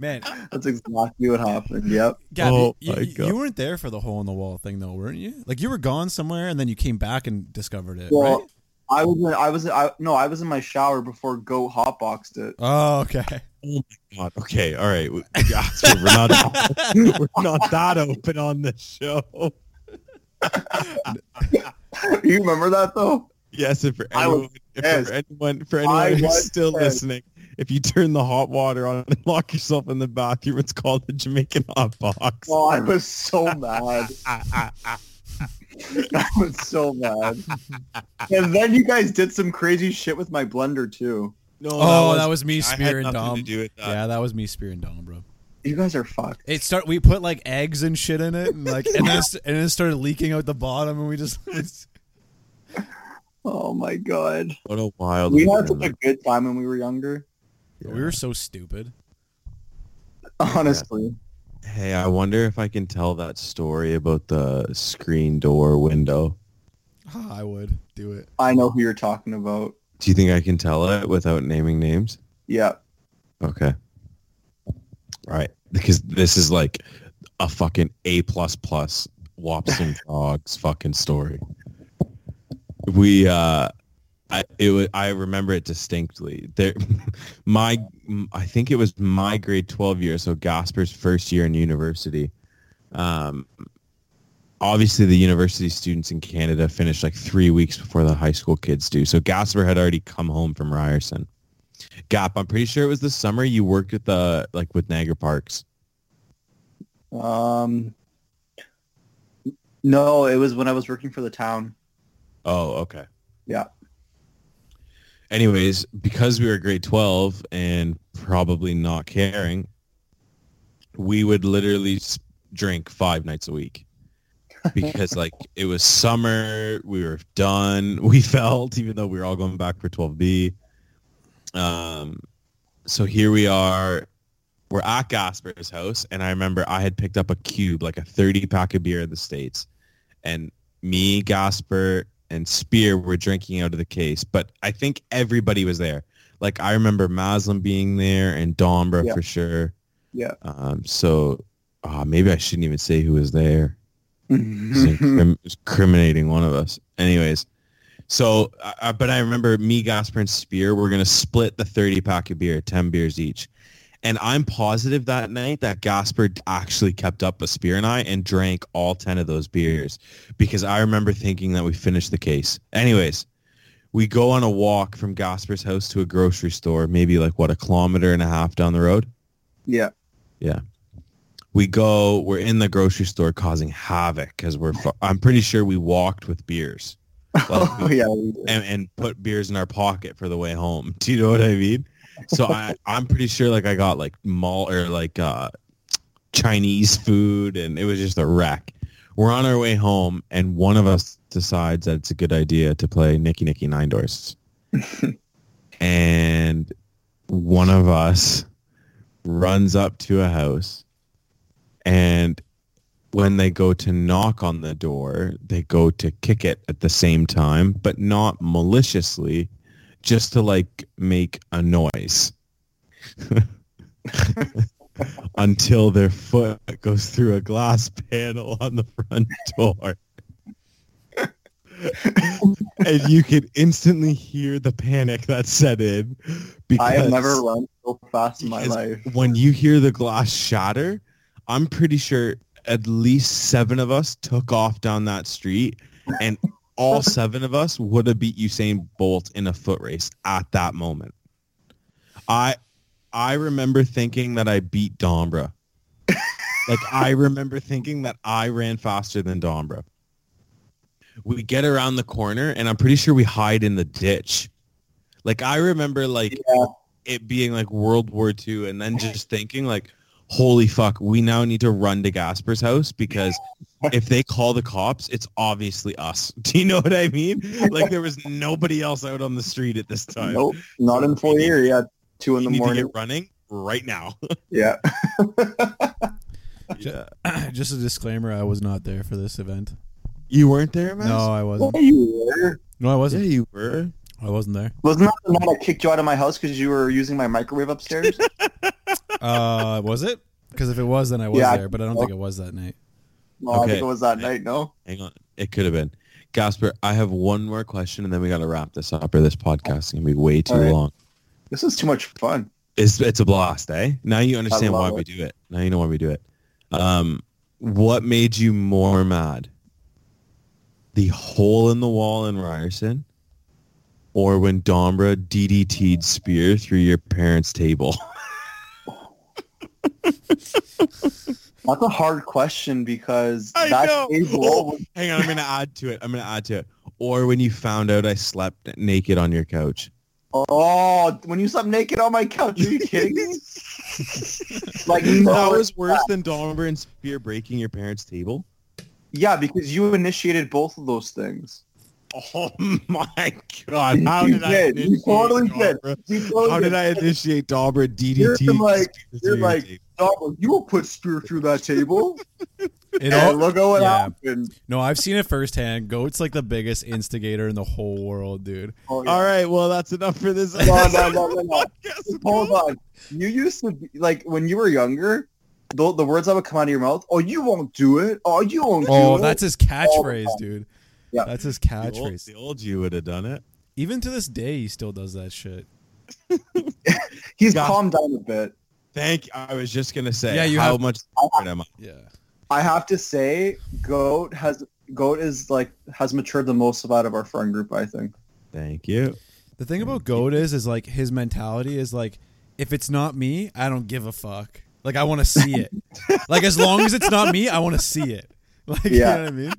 S4: Man,
S5: That's exactly what happened. Yep.
S4: Gabby,
S1: Oh
S4: you,
S1: my
S4: you-
S1: God.
S4: you weren't there for the hole in the wall thing though, weren't you? Like you were gone somewhere and then you came back and discovered it,
S5: Well,
S4: right?
S5: I was in, I was I, no, I was in my shower before Goat hotboxed it.
S4: Oh, okay.
S1: God, okay, all right. we- Casper, we're not we're not that open on this show.
S5: you remember that though?
S1: Yes, and for
S5: I was
S1: anyone, if for
S5: pissed.
S1: anyone, for
S5: I
S1: anyone who's
S5: was
S1: still
S5: pissed.
S1: listening, if you turn the hot water on and lock yourself in the bathroom, it's called the Jamaican hot box.
S5: Oh, I was so mad. I was so mad. and then you guys did some crazy shit with my blender too.
S1: No,
S4: Oh, that was me,
S1: I had
S4: Spear, and
S1: nothing to
S4: Dom.
S1: do with that.
S4: Yeah, that was me, Spear, and Dom, bro.
S5: You guys are fucked.
S4: It start. We put like eggs and shit in it, and like, and then it- and then it started leaking out the bottom, and we just.
S5: Oh my god.
S1: What a wild.
S5: We had such a
S1: experiment.
S5: good time when we were younger.
S4: We were so stupid.
S5: Honestly.
S1: Hey, I wonder if I can tell that story about the screen door window.
S4: Ah, I would do it.
S5: I know who you're talking about.
S1: Do you think I can tell it without naming names?
S5: Yeah.
S1: Okay. All right, because this is like a fucking A plus plus Wopson Frogs fucking story. We, uh, I it was, I remember it distinctly. There, my I think it was my grade twelve year, so Gasper's first year in university. Um, obviously the university students in Canada finish like three weeks before the high school kids do. So Gasper had already come home from Ryerson. Gap, I'm pretty sure it was the summer you worked at the like with Niagara Parks.
S5: Um No, it was when I was working for the town.
S1: Oh, okay.
S5: Yeah.
S1: Anyways, because we were grade 12 and probably not caring, we would literally s- drink five nights a week because like it was summer, we were done, we felt even though we were all going back for 12B. Um so here we are. We're at Gasper's house and I remember I had picked up a cube like a 30 pack of beer in the states and me, Gasper, and Spear were drinking out of the case, but I think everybody was there. Like I remember Maslin being there and Dombra
S5: Yeah.
S1: for sure.
S5: Yeah.
S1: Um, so uh, maybe I shouldn't even say who was there. It's incrim- incriminating one of us. Anyways, so I I- but I remember me, Gasper, and Spear were gonna split the thirty pack of beer, ten beers each. And I'm positive that night that Gasper actually kept up with Spear and I and drank all ten of those beers because I remember thinking that we finished the case. Anyways, we go on a walk from Gasper's house to a grocery store, maybe like what a kilometer and a half down the road
S5: yeah.
S1: we go we're in the grocery store causing havoc because we're fu- i'm pretty sure we walked with beers
S5: Oh yeah. we did.
S1: and, and put beers in our pocket for the way home do you know what i mean so i i'm pretty sure like i got like mall or like uh chinese food and it was just a wreck we're on our way home and one of us decides that it's a good idea to play nicky nicky nine doors and one of us runs up to a house and when they go to knock on the door they go to kick it at the same time but not maliciously just to like make a noise until their foot goes through a glass panel on the front door and you can instantly hear the panic that set in because
S5: I have never run so fast in my
S1: Because
S5: life.
S1: when you hear the glass shatter, I'm pretty sure at least seven of us took off down that street, and all seven of us would have beat Usain Bolt in a foot race at that moment. I I remember thinking that I beat Dombra. like I remember thinking that I ran faster than Dombra. We get around the corner, and I'm pretty sure we hide in the ditch. Like I remember, like
S5: Yeah.
S1: it being like World War II and then just thinking like, holy fuck, we now need to run to Gasper's house because if they call the cops, it's obviously us. Do you know what I mean? Like there was nobody else out on the street at this time.
S5: Nope, not in full year yet. Two
S1: We
S5: in the
S1: need to
S5: morning.
S1: get running right now.
S5: Yeah.
S2: Just a disclaimer: I was not there for this event.
S1: You weren't there, man?
S2: No, I
S5: Well,
S2: wasn't.
S5: you were.
S2: No, I
S1: Yeah,
S2: wasn't.
S1: you were.
S2: I wasn't there.
S5: Wasn't that the night I kicked you out of my house because you were using my microwave upstairs?
S2: Uh, was it? Because if it was, then I was
S5: Yeah.
S2: there. But I don't think it was that night.
S5: No, I think
S1: Okay.
S5: it was that night. No.
S1: Hang on. It could have been. Gasper, I have one more question and then we got to wrap this up or this podcast is going to be way too
S5: All right.
S1: long.
S5: This is too much fun.
S1: It's, it's a blast, eh? Now you understand why
S5: love
S1: we
S5: it.
S1: do it. Now you know why we do it. Um, what made you more mad? The hole in the wall in Ryerson or when Dombra DDT'd Spear through your parents' table?
S5: That's a hard question because
S1: I
S5: that
S1: know.
S5: table
S1: Oh.
S5: was-
S1: Hang on, I'm going to add to it. I'm going to add to it. Or when you found out I slept naked on your couch.
S5: Oh, when you slept naked on my couch, are you kidding me? like no,
S1: that was worse than Domber and Spear breaking your parents' table.
S5: yeah, because you initiated both of those things.
S1: Oh my god! How
S5: You
S1: did I?
S5: did. You
S1: initiate
S5: totally did.
S1: Domber?
S5: You totally
S1: How did I initiate E Domber DDT?
S5: You're like-
S1: Spear
S5: you're
S1: through your
S5: like-
S1: table?
S5: No, you will put spear through that table.
S2: It
S5: and
S2: all,
S5: look at what
S2: yeah.
S5: happened.
S2: no, I've seen it firsthand. Goat's like the biggest instigator in the whole world, dude.
S5: Oh, yeah.
S1: All right, well that's enough for this.
S5: No, no, no, no, no.
S1: podcast.
S5: Hold on. You used to be, like when you were younger. The, the words that would come out of your mouth. Oh, you won't do it. Oh, you won't
S2: Oh,
S5: do
S2: that's
S5: it.
S2: his catchphrase, dude.
S5: Yeah.
S2: That's his
S1: The old,
S2: catchphrase.
S1: the old you would have done it.
S2: Even to this day, he still does that shit.
S5: He's
S1: God.
S5: calmed down a bit.
S1: Thank. I was just gonna say.
S2: Yeah, you
S1: how
S2: have-
S1: much different am I?
S2: Yeah.
S5: I have to say, Goat has Goat is like has matured the most out of our friend group. I think.
S1: Thank you.
S2: The thing about Goat is, is like his mentality is like, if it's not me, I don't give a fuck. Like I want to see it. like as long as it's not me, I want to see it. Like you know
S5: Yeah.
S2: what I mean?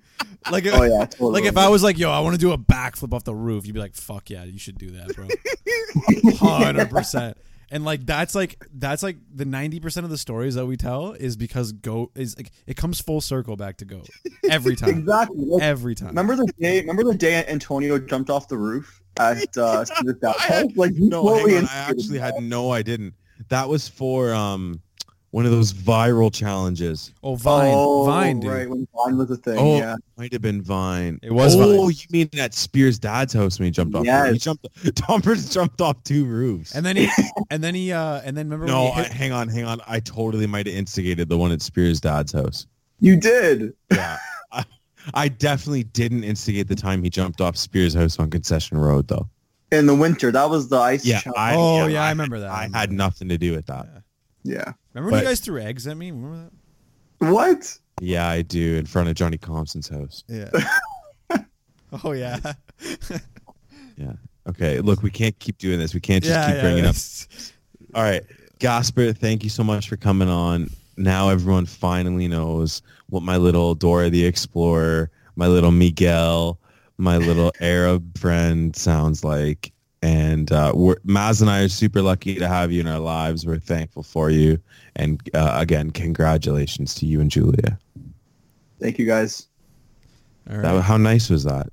S2: Like
S5: Oh yeah, totally.
S2: Like if I was like, yo, I want to do a backflip off the roof, you'd be like, fuck yeah, you should do that, bro. Hundred percent. And like that's like that's like the ninety percent of the stories that we tell is because goat is like it comes full circle back to goat every time,
S5: exactly. Like,
S2: every time.
S5: Remember the day? Remember the day Antonio jumped off the roof at uh, Cedar House?
S1: I had-
S5: Like you
S1: No,
S5: totally
S1: Oh, hang on. I
S5: instigated
S1: actually
S5: that.
S1: had no. I didn't. That was for um one of those viral challenges.
S2: Oh Vine,
S5: oh,
S2: Vine, dude.
S5: Right when Vine was a thing.
S1: Oh,
S5: yeah.
S1: might have been Vine.
S2: It was
S1: Oh,
S2: Vine.
S1: you mean at Spears' dad's house when he jumped off?
S5: Yes.
S1: He jumped. Tompers jumped off two roofs.
S2: And then he, and then he, uh, and then remember?
S1: no,
S2: when he
S1: I,
S2: hit-
S1: hang on, hang on. I totally might have instigated the one at Spears' dad's house.
S5: You did.
S1: Yeah, I, I definitely didn't instigate the time he jumped off Spears' house on Concession Road, though.
S5: In the winter, that was the ice
S1: Yeah,
S5: challenge.
S1: I,
S2: oh yeah,
S1: yeah,
S2: I, remember that.
S1: I
S2: remember
S1: had
S2: that.
S1: nothing to do with that.
S5: yeah.
S2: Remember when you
S1: but-
S2: guys threw eggs at me? Remember
S5: What?
S1: Yeah, I do in front of Johnny Compson's house.
S2: that? Yeah. oh yeah.
S1: Okay, look, we can't keep doing this. We can't just
S2: yeah,
S1: keep
S2: yeah,
S1: bringing up
S2: that's-
S1: All right, Gasper, thank you so much for coming on. Now everyone finally knows what my little Dora the Explorer, my little Miguel, my little Arab friend sounds like. And uh, we're, Maz and I are super lucky to have you in our lives. We're thankful for you. And uh, again, congratulations to you and Julia.
S5: Thank you guys.
S2: All right.
S1: That, how nice was that?